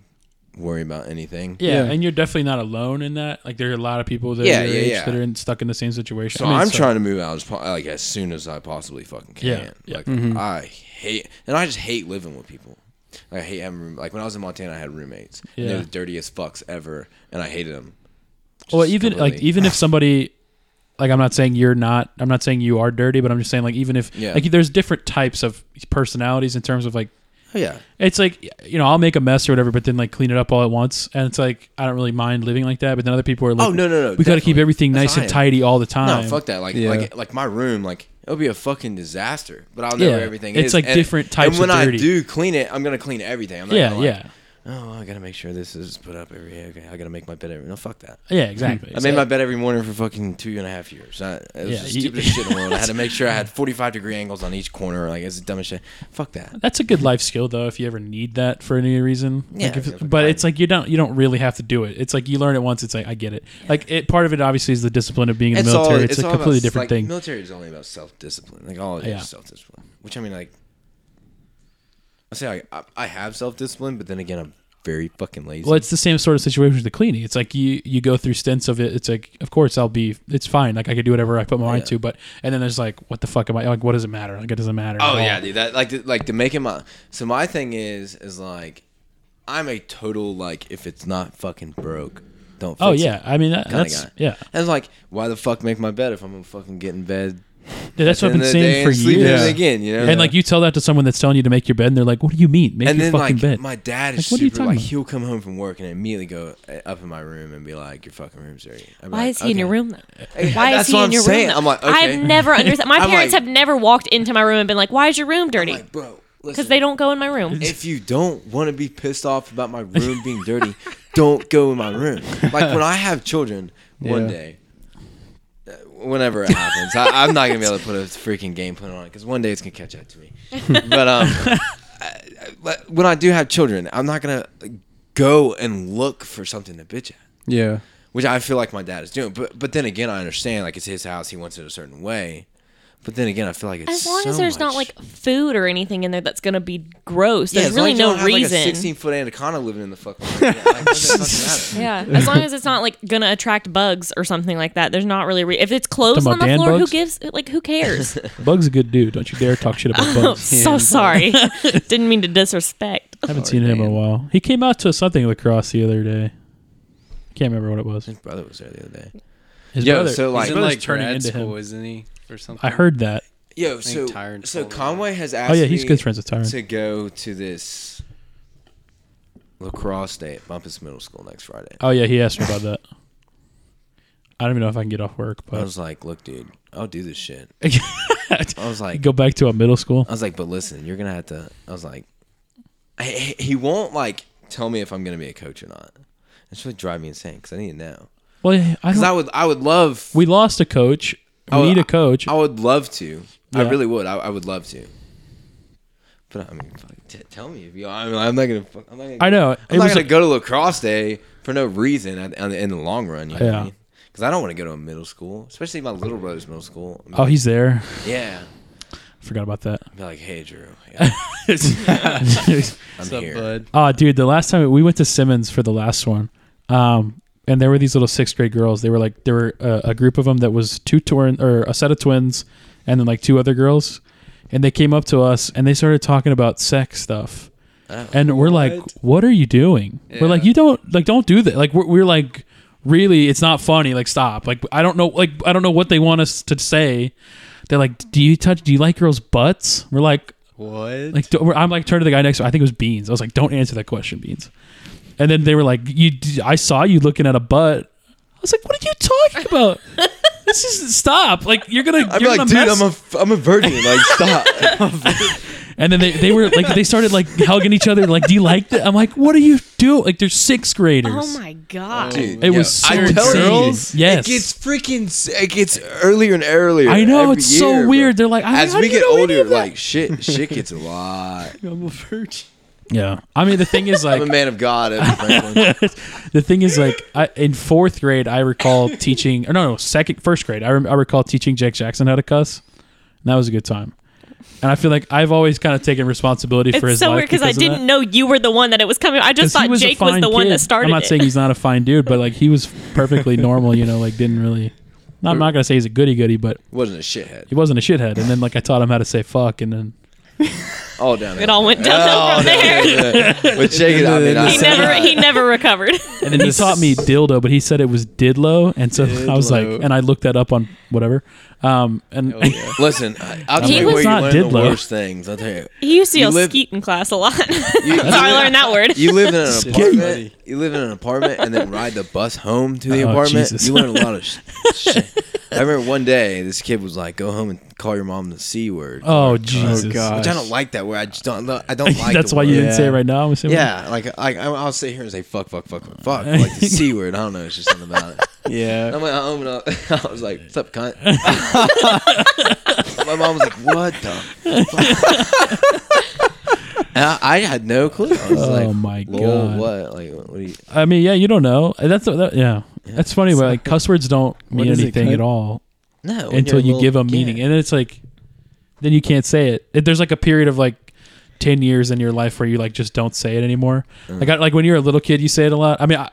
[SPEAKER 6] worry about anything.
[SPEAKER 3] Yeah,
[SPEAKER 4] Yeah.
[SPEAKER 3] and you're definitely not alone in that. Like there are a lot of people that
[SPEAKER 6] Yeah,
[SPEAKER 3] are your
[SPEAKER 6] yeah,
[SPEAKER 3] age
[SPEAKER 6] yeah.
[SPEAKER 3] that are in, stuck in the same situation.
[SPEAKER 6] So
[SPEAKER 3] I mean,
[SPEAKER 6] I'm
[SPEAKER 3] so-
[SPEAKER 6] trying to move out as po- like as soon as I possibly fucking can.
[SPEAKER 3] Yeah, yeah.
[SPEAKER 6] Like I hate, and I just hate living with people. Like, I hate having room. Like when I was in Montana, I had roommates. And
[SPEAKER 3] Yeah.
[SPEAKER 6] they're the dirtiest fucks ever, and I hated them.
[SPEAKER 3] Well,
[SPEAKER 6] Just
[SPEAKER 3] even like
[SPEAKER 6] completely.
[SPEAKER 3] even if somebody like I'm not saying you're not I'm not saying you are dirty, but I'm just saying like even if
[SPEAKER 6] Yeah.
[SPEAKER 3] like there's different types of personalities in terms of like
[SPEAKER 6] Oh, yeah,
[SPEAKER 3] it's like you know I'll make a mess or whatever, but then like clean it up all at once, and it's like I don't really mind living like that. But then other people are like,
[SPEAKER 6] Oh, no, no, no,
[SPEAKER 3] we got to keep
[SPEAKER 6] definitely.
[SPEAKER 3] everything
[SPEAKER 6] That's
[SPEAKER 3] nice and
[SPEAKER 6] how I am.
[SPEAKER 3] tidy all the
[SPEAKER 6] no,
[SPEAKER 3] time.
[SPEAKER 6] fuck that. Like
[SPEAKER 4] Yeah.
[SPEAKER 6] like like my room, like It'll be a fucking disaster, but I'll know where
[SPEAKER 3] Yeah,
[SPEAKER 6] everything
[SPEAKER 3] it's
[SPEAKER 6] is.
[SPEAKER 3] like
[SPEAKER 6] And-
[SPEAKER 3] different types
[SPEAKER 6] And when
[SPEAKER 3] of
[SPEAKER 6] I
[SPEAKER 3] dirty.
[SPEAKER 6] do clean it, I'm gonna clean everything. I'm not
[SPEAKER 3] yeah,
[SPEAKER 6] gonna, like,
[SPEAKER 3] yeah,
[SPEAKER 6] Oh, I gotta make sure this is put up every. Okay, I gotta make my bed every. No, fuck that.
[SPEAKER 3] yeah, exactly.
[SPEAKER 6] I made my bed every morning for fucking two and a half years. I, it was
[SPEAKER 3] Yeah,
[SPEAKER 6] the
[SPEAKER 3] you-
[SPEAKER 6] stupidest shit in the world. I had to make sure I had 45 degree angles on each corner. Like, it's the dumbest shit. Fuck that.
[SPEAKER 3] That's a good life skill though, if you ever need that for any reason.
[SPEAKER 6] Yeah,
[SPEAKER 3] Like, if-
[SPEAKER 6] yeah, like
[SPEAKER 3] but
[SPEAKER 6] I-
[SPEAKER 3] it's like you don't you don't really have to do it. It's like you learn it once. It's like I get it. Like it, part of it obviously is the discipline of being in the military. it's, a
[SPEAKER 6] all
[SPEAKER 3] completely
[SPEAKER 6] about,
[SPEAKER 3] different
[SPEAKER 6] like,
[SPEAKER 3] thing.
[SPEAKER 6] Military is only about self discipline. Like, all it is
[SPEAKER 3] Yeah.
[SPEAKER 6] is self discipline. Which, I mean, like, I say I, I, I have self discipline, but then again, I'm very fucking lazy.
[SPEAKER 3] well, it's the same sort of situation with the cleaning. It's like you you go through stints of it. It's like of course I'll be it's fine. Like I could do whatever I put my mind
[SPEAKER 6] Yeah.
[SPEAKER 3] to. But and then there's like what the fuck am I like? What does it matter? Like it doesn't matter. at
[SPEAKER 6] Oh
[SPEAKER 3] all.
[SPEAKER 6] yeah, dude. That like the- like to make him my so my thing is is like I'm a total like if it's not fucking broke, don't. Fix
[SPEAKER 3] Oh
[SPEAKER 6] it
[SPEAKER 3] yeah. I mean that,
[SPEAKER 6] kinda
[SPEAKER 3] that's
[SPEAKER 6] guy.
[SPEAKER 3] yeah.
[SPEAKER 6] And it's like why the fuck make my bed if I'm gonna fucking get in bed?
[SPEAKER 3] Dude, that's
[SPEAKER 6] at
[SPEAKER 3] what
[SPEAKER 6] the
[SPEAKER 3] I've been
[SPEAKER 6] end of the day
[SPEAKER 3] saying for
[SPEAKER 6] and sleep in
[SPEAKER 3] years.
[SPEAKER 6] it again, you know.
[SPEAKER 3] And like you tell that to someone that's telling you to make your bed, and they're like, "What do you mean? Make
[SPEAKER 6] and
[SPEAKER 3] your
[SPEAKER 6] then
[SPEAKER 3] fucking
[SPEAKER 6] like
[SPEAKER 3] bed."
[SPEAKER 6] my dad is
[SPEAKER 3] Like, what are you
[SPEAKER 6] super like
[SPEAKER 3] talking about?
[SPEAKER 6] he'll come home from work and immediately go uh, up in my room and be like, "Your fucking room's dirty." I'd be
[SPEAKER 1] Why
[SPEAKER 6] like,
[SPEAKER 1] is he in your
[SPEAKER 6] "Okay."
[SPEAKER 1] room though? Why
[SPEAKER 6] that's
[SPEAKER 1] is he
[SPEAKER 6] what
[SPEAKER 1] in
[SPEAKER 6] I'm
[SPEAKER 1] your
[SPEAKER 6] saying.
[SPEAKER 1] room? though?
[SPEAKER 6] I'm like, okay.
[SPEAKER 1] I've never understood. My
[SPEAKER 6] I'm
[SPEAKER 1] parents
[SPEAKER 6] like-
[SPEAKER 1] have never walked into my room and been like, "Why is your room
[SPEAKER 6] I'm
[SPEAKER 1] dirty?"
[SPEAKER 6] like, bro,
[SPEAKER 1] Because
[SPEAKER 6] listen,
[SPEAKER 1] they don't go in my room.
[SPEAKER 6] if you don't want to be pissed off about my room being dirty, don't go in my room. Like when I have children one
[SPEAKER 4] Yeah.
[SPEAKER 6] day, uh, whenever it happens, I, I'm not gonna be able to put a freaking game plan on it because one day it's gonna catch up to me. But um, I, I- but when I do have children, I'm not gonna go and look for something to bitch at
[SPEAKER 4] Yeah.
[SPEAKER 6] which I feel like my dad is doing. But but then again, I understand like it's his house; he wants it a certain way. But then again, I feel like it's
[SPEAKER 1] As long
[SPEAKER 6] so
[SPEAKER 1] as there's not
[SPEAKER 6] much-
[SPEAKER 1] like food or anything in there that's gonna be gross,
[SPEAKER 6] Yeah,
[SPEAKER 1] there's
[SPEAKER 6] as long
[SPEAKER 1] really
[SPEAKER 6] as you
[SPEAKER 1] no
[SPEAKER 6] don't have, like, a
[SPEAKER 1] reason.
[SPEAKER 6] Sixteen foot anaconda living in the fucking. room, yeah, like, what the fuck matter?
[SPEAKER 1] yeah, as long as it's not like gonna attract bugs or something like that. There's not really re- if it's clothes
[SPEAKER 3] Talking
[SPEAKER 1] on the
[SPEAKER 3] about Dan
[SPEAKER 1] floor. Who
[SPEAKER 3] bugs?
[SPEAKER 1] gives? Like who cares?
[SPEAKER 3] Bug's a good dude. Don't you dare talk shit about
[SPEAKER 1] I'm
[SPEAKER 3] Bugs.
[SPEAKER 1] so sorry. Didn't mean to disrespect.
[SPEAKER 3] I haven't seen him in a while. He came out to something lacrosse the other day. Can't remember what it was.
[SPEAKER 6] His brother was there the other day.
[SPEAKER 3] His
[SPEAKER 6] Yo,
[SPEAKER 3] brother.
[SPEAKER 6] so,
[SPEAKER 3] his
[SPEAKER 6] like-
[SPEAKER 4] He's in
[SPEAKER 3] brother's
[SPEAKER 4] like
[SPEAKER 3] turning
[SPEAKER 4] grad
[SPEAKER 3] into
[SPEAKER 4] school,
[SPEAKER 3] him.
[SPEAKER 4] isn't he? Or something.
[SPEAKER 3] I heard that.
[SPEAKER 6] Yo,
[SPEAKER 4] think
[SPEAKER 6] so
[SPEAKER 4] Tyron
[SPEAKER 6] so
[SPEAKER 4] told him.
[SPEAKER 6] Conway has asked.
[SPEAKER 3] Oh yeah, he's
[SPEAKER 6] me
[SPEAKER 3] good friends with Tyron.
[SPEAKER 6] to go to this lacrosse day at Bumpus Middle School next Friday.
[SPEAKER 3] Oh yeah, he asked me about that. I don't even know if I can get off work,
[SPEAKER 6] I
[SPEAKER 3] but
[SPEAKER 6] was like, look, dude, I'll do this shit. I was like,
[SPEAKER 3] go back to a middle school.
[SPEAKER 6] I was like, but listen, you're gonna have to. I was like, I- he he won't like tell me if I'm gonna be a coach or not. It's really drive me insane because I need to know.
[SPEAKER 3] Well, yeah, I,
[SPEAKER 6] Because
[SPEAKER 3] don't-
[SPEAKER 6] I would, I would love,
[SPEAKER 3] we lost a coach. We
[SPEAKER 6] Oh, I would-
[SPEAKER 3] need a coach.
[SPEAKER 6] I would love to. I
[SPEAKER 3] Yeah.
[SPEAKER 6] really would. I, I would love to. But I mean, fuck, t- tell me if you. I mean, I'm not gonna. fuck- I'm not gonna
[SPEAKER 3] I know. It
[SPEAKER 6] I'm not
[SPEAKER 3] was
[SPEAKER 6] gonna
[SPEAKER 3] a-
[SPEAKER 6] go to lacrosse day for no reason at, on the, in the long run. You know
[SPEAKER 3] Yeah.
[SPEAKER 6] yeah. Because I don't want to go to a middle school, especially my little brother's middle school. I'm
[SPEAKER 3] oh,
[SPEAKER 6] like,
[SPEAKER 3] he's there.
[SPEAKER 6] yeah.
[SPEAKER 3] Forgot about that.
[SPEAKER 6] I'd be like, hey, Drew, yeah, I'm
[SPEAKER 4] What's up,
[SPEAKER 6] here.
[SPEAKER 4] bud?
[SPEAKER 3] Oh, dude, the last time we went to Simmons for the last one, um, and there were these little sixth grade girls. They were like, there were a, a group of them that was two twin or a set of twins, and then like two other girls, and they came up to us and they started talking about sex stuff, and we're like, "What are you doing?" We're like,
[SPEAKER 4] Yeah.
[SPEAKER 3] "You don't like, don't do that." Like, we're, we're like, really, it's not funny. Like, stop. Like, I don't know. Like, I don't know what they want us to say. They're like, "Do you touch? Do you like girls' butts?" We're like,
[SPEAKER 4] What?
[SPEAKER 3] like do- I'm like turned to the guy next to me. I think it was Beans. I was like, "Don't answer that question, Beans." And then they were like, "You, d- I saw you looking at a butt." I was like, "What are you talking about? this is stop! Like you're gonna,
[SPEAKER 6] I'd be
[SPEAKER 3] you're gonna
[SPEAKER 6] like, dude,
[SPEAKER 3] mess."
[SPEAKER 6] I'm a, f- I'm a virgin. Like, stop.
[SPEAKER 3] and then they, they were like, they started like hugging each other. Like, do you like that? I'm like, what are you doing? Like they're sixth graders.
[SPEAKER 1] Oh my god!
[SPEAKER 6] Dude,
[SPEAKER 3] It
[SPEAKER 6] yo,
[SPEAKER 3] was so
[SPEAKER 6] I tell
[SPEAKER 3] insane.
[SPEAKER 6] you,
[SPEAKER 3] Girls? Yes.
[SPEAKER 6] It gets freking. s- It gets earlier and earlier.
[SPEAKER 3] I know,
[SPEAKER 6] every
[SPEAKER 3] it's so
[SPEAKER 6] year, bro.
[SPEAKER 3] weird. They're like, I-
[SPEAKER 6] as
[SPEAKER 3] how
[SPEAKER 6] we
[SPEAKER 3] do you
[SPEAKER 6] get
[SPEAKER 3] know any
[SPEAKER 6] older,
[SPEAKER 3] of that?
[SPEAKER 6] like shit, shit gets a lot.
[SPEAKER 4] I'm a virgin.
[SPEAKER 3] Yeah, I mean the thing is like
[SPEAKER 6] I'm a man of God. Evan Franklin.
[SPEAKER 3] the thing is like I, in fourth grade i recall teaching or no no second first grade I, rem- I recall teaching jake jackson how to cuss and that was a good time and i feel like i've always kind of taken responsibility for
[SPEAKER 1] It's
[SPEAKER 3] his
[SPEAKER 1] so
[SPEAKER 3] life
[SPEAKER 1] weird because I
[SPEAKER 3] of
[SPEAKER 1] didn't
[SPEAKER 3] that.
[SPEAKER 1] know you were the one that it was coming. I
[SPEAKER 3] 'Cause
[SPEAKER 1] just
[SPEAKER 3] he
[SPEAKER 1] thought
[SPEAKER 3] a
[SPEAKER 1] Jake was
[SPEAKER 3] fine
[SPEAKER 1] the one
[SPEAKER 3] kid.
[SPEAKER 1] that started.
[SPEAKER 3] i'm not
[SPEAKER 1] it.
[SPEAKER 3] saying he's not a fine dude but like he was perfectly normal you know like didn't really i'm not gonna say he's a goody-goody but
[SPEAKER 6] Wasn't a shithead.
[SPEAKER 3] he wasn't a shithead and then like i taught him how to say fuck and then
[SPEAKER 6] All down.
[SPEAKER 1] it all went downhill from there.
[SPEAKER 6] But Jake, I mean,
[SPEAKER 1] He
[SPEAKER 6] I,
[SPEAKER 1] never he never recovered.
[SPEAKER 3] and then he taught me dildo, but he said it was didlo, and so I was like,
[SPEAKER 4] Didlo.
[SPEAKER 3] and I looked that up on whatever, Um, and
[SPEAKER 6] Listen, I- I'll tell
[SPEAKER 1] He
[SPEAKER 6] you
[SPEAKER 1] was
[SPEAKER 6] where you
[SPEAKER 3] not
[SPEAKER 6] learn the
[SPEAKER 3] Didlow.
[SPEAKER 6] worst things. I'll tell you.
[SPEAKER 1] He used to
[SPEAKER 6] You
[SPEAKER 1] yell
[SPEAKER 6] live-
[SPEAKER 1] skeet in class a lot.
[SPEAKER 6] You,
[SPEAKER 1] That's how I learned that word.
[SPEAKER 6] You live in an apartment.
[SPEAKER 4] Buddy.
[SPEAKER 6] You live in an apartment, and then ride the bus home to the
[SPEAKER 3] Oh,
[SPEAKER 6] apartment.
[SPEAKER 3] Jesus.
[SPEAKER 6] You learn a lot of sh- shit. I remember one day this kid was like, "Go home and call your mom the c word,"
[SPEAKER 3] oh Jesus,
[SPEAKER 4] God.
[SPEAKER 6] which I don't like that word. I just don't. I don't like.
[SPEAKER 3] that's
[SPEAKER 6] the
[SPEAKER 3] why you
[SPEAKER 6] word.
[SPEAKER 3] didn't say it right now. I'm assuming.
[SPEAKER 6] Yeah, like I, I, I'll sit here and say fuck, fuck, fuck, fuck, fuck, like the c word. I don't know. It's just something about it.
[SPEAKER 4] Yeah.
[SPEAKER 6] I went home and I, I was like, "What's up, cunt?" My mom was like, "What the?" Fuck? And I, I had no clue. I was
[SPEAKER 3] Oh
[SPEAKER 6] like,
[SPEAKER 3] my
[SPEAKER 6] "Lol,
[SPEAKER 3] God.
[SPEAKER 6] What? Like, what? Are you,
[SPEAKER 3] I mean, yeah, you don't know. Uh, That's that, yeah. That's funny, but like cuss words don't mean
[SPEAKER 4] is it,
[SPEAKER 3] anything
[SPEAKER 4] cunt?
[SPEAKER 3] at all
[SPEAKER 6] no." when
[SPEAKER 3] until
[SPEAKER 6] you're a
[SPEAKER 3] you
[SPEAKER 6] little
[SPEAKER 3] give them
[SPEAKER 6] kid.
[SPEAKER 3] meaning, and it's like then you can't say it. It- There's like a period of like ten years in your life where you like just don't say it anymore.
[SPEAKER 6] Mm.
[SPEAKER 3] Like I, like when you're a little kid, you say it a lot. I mean, I,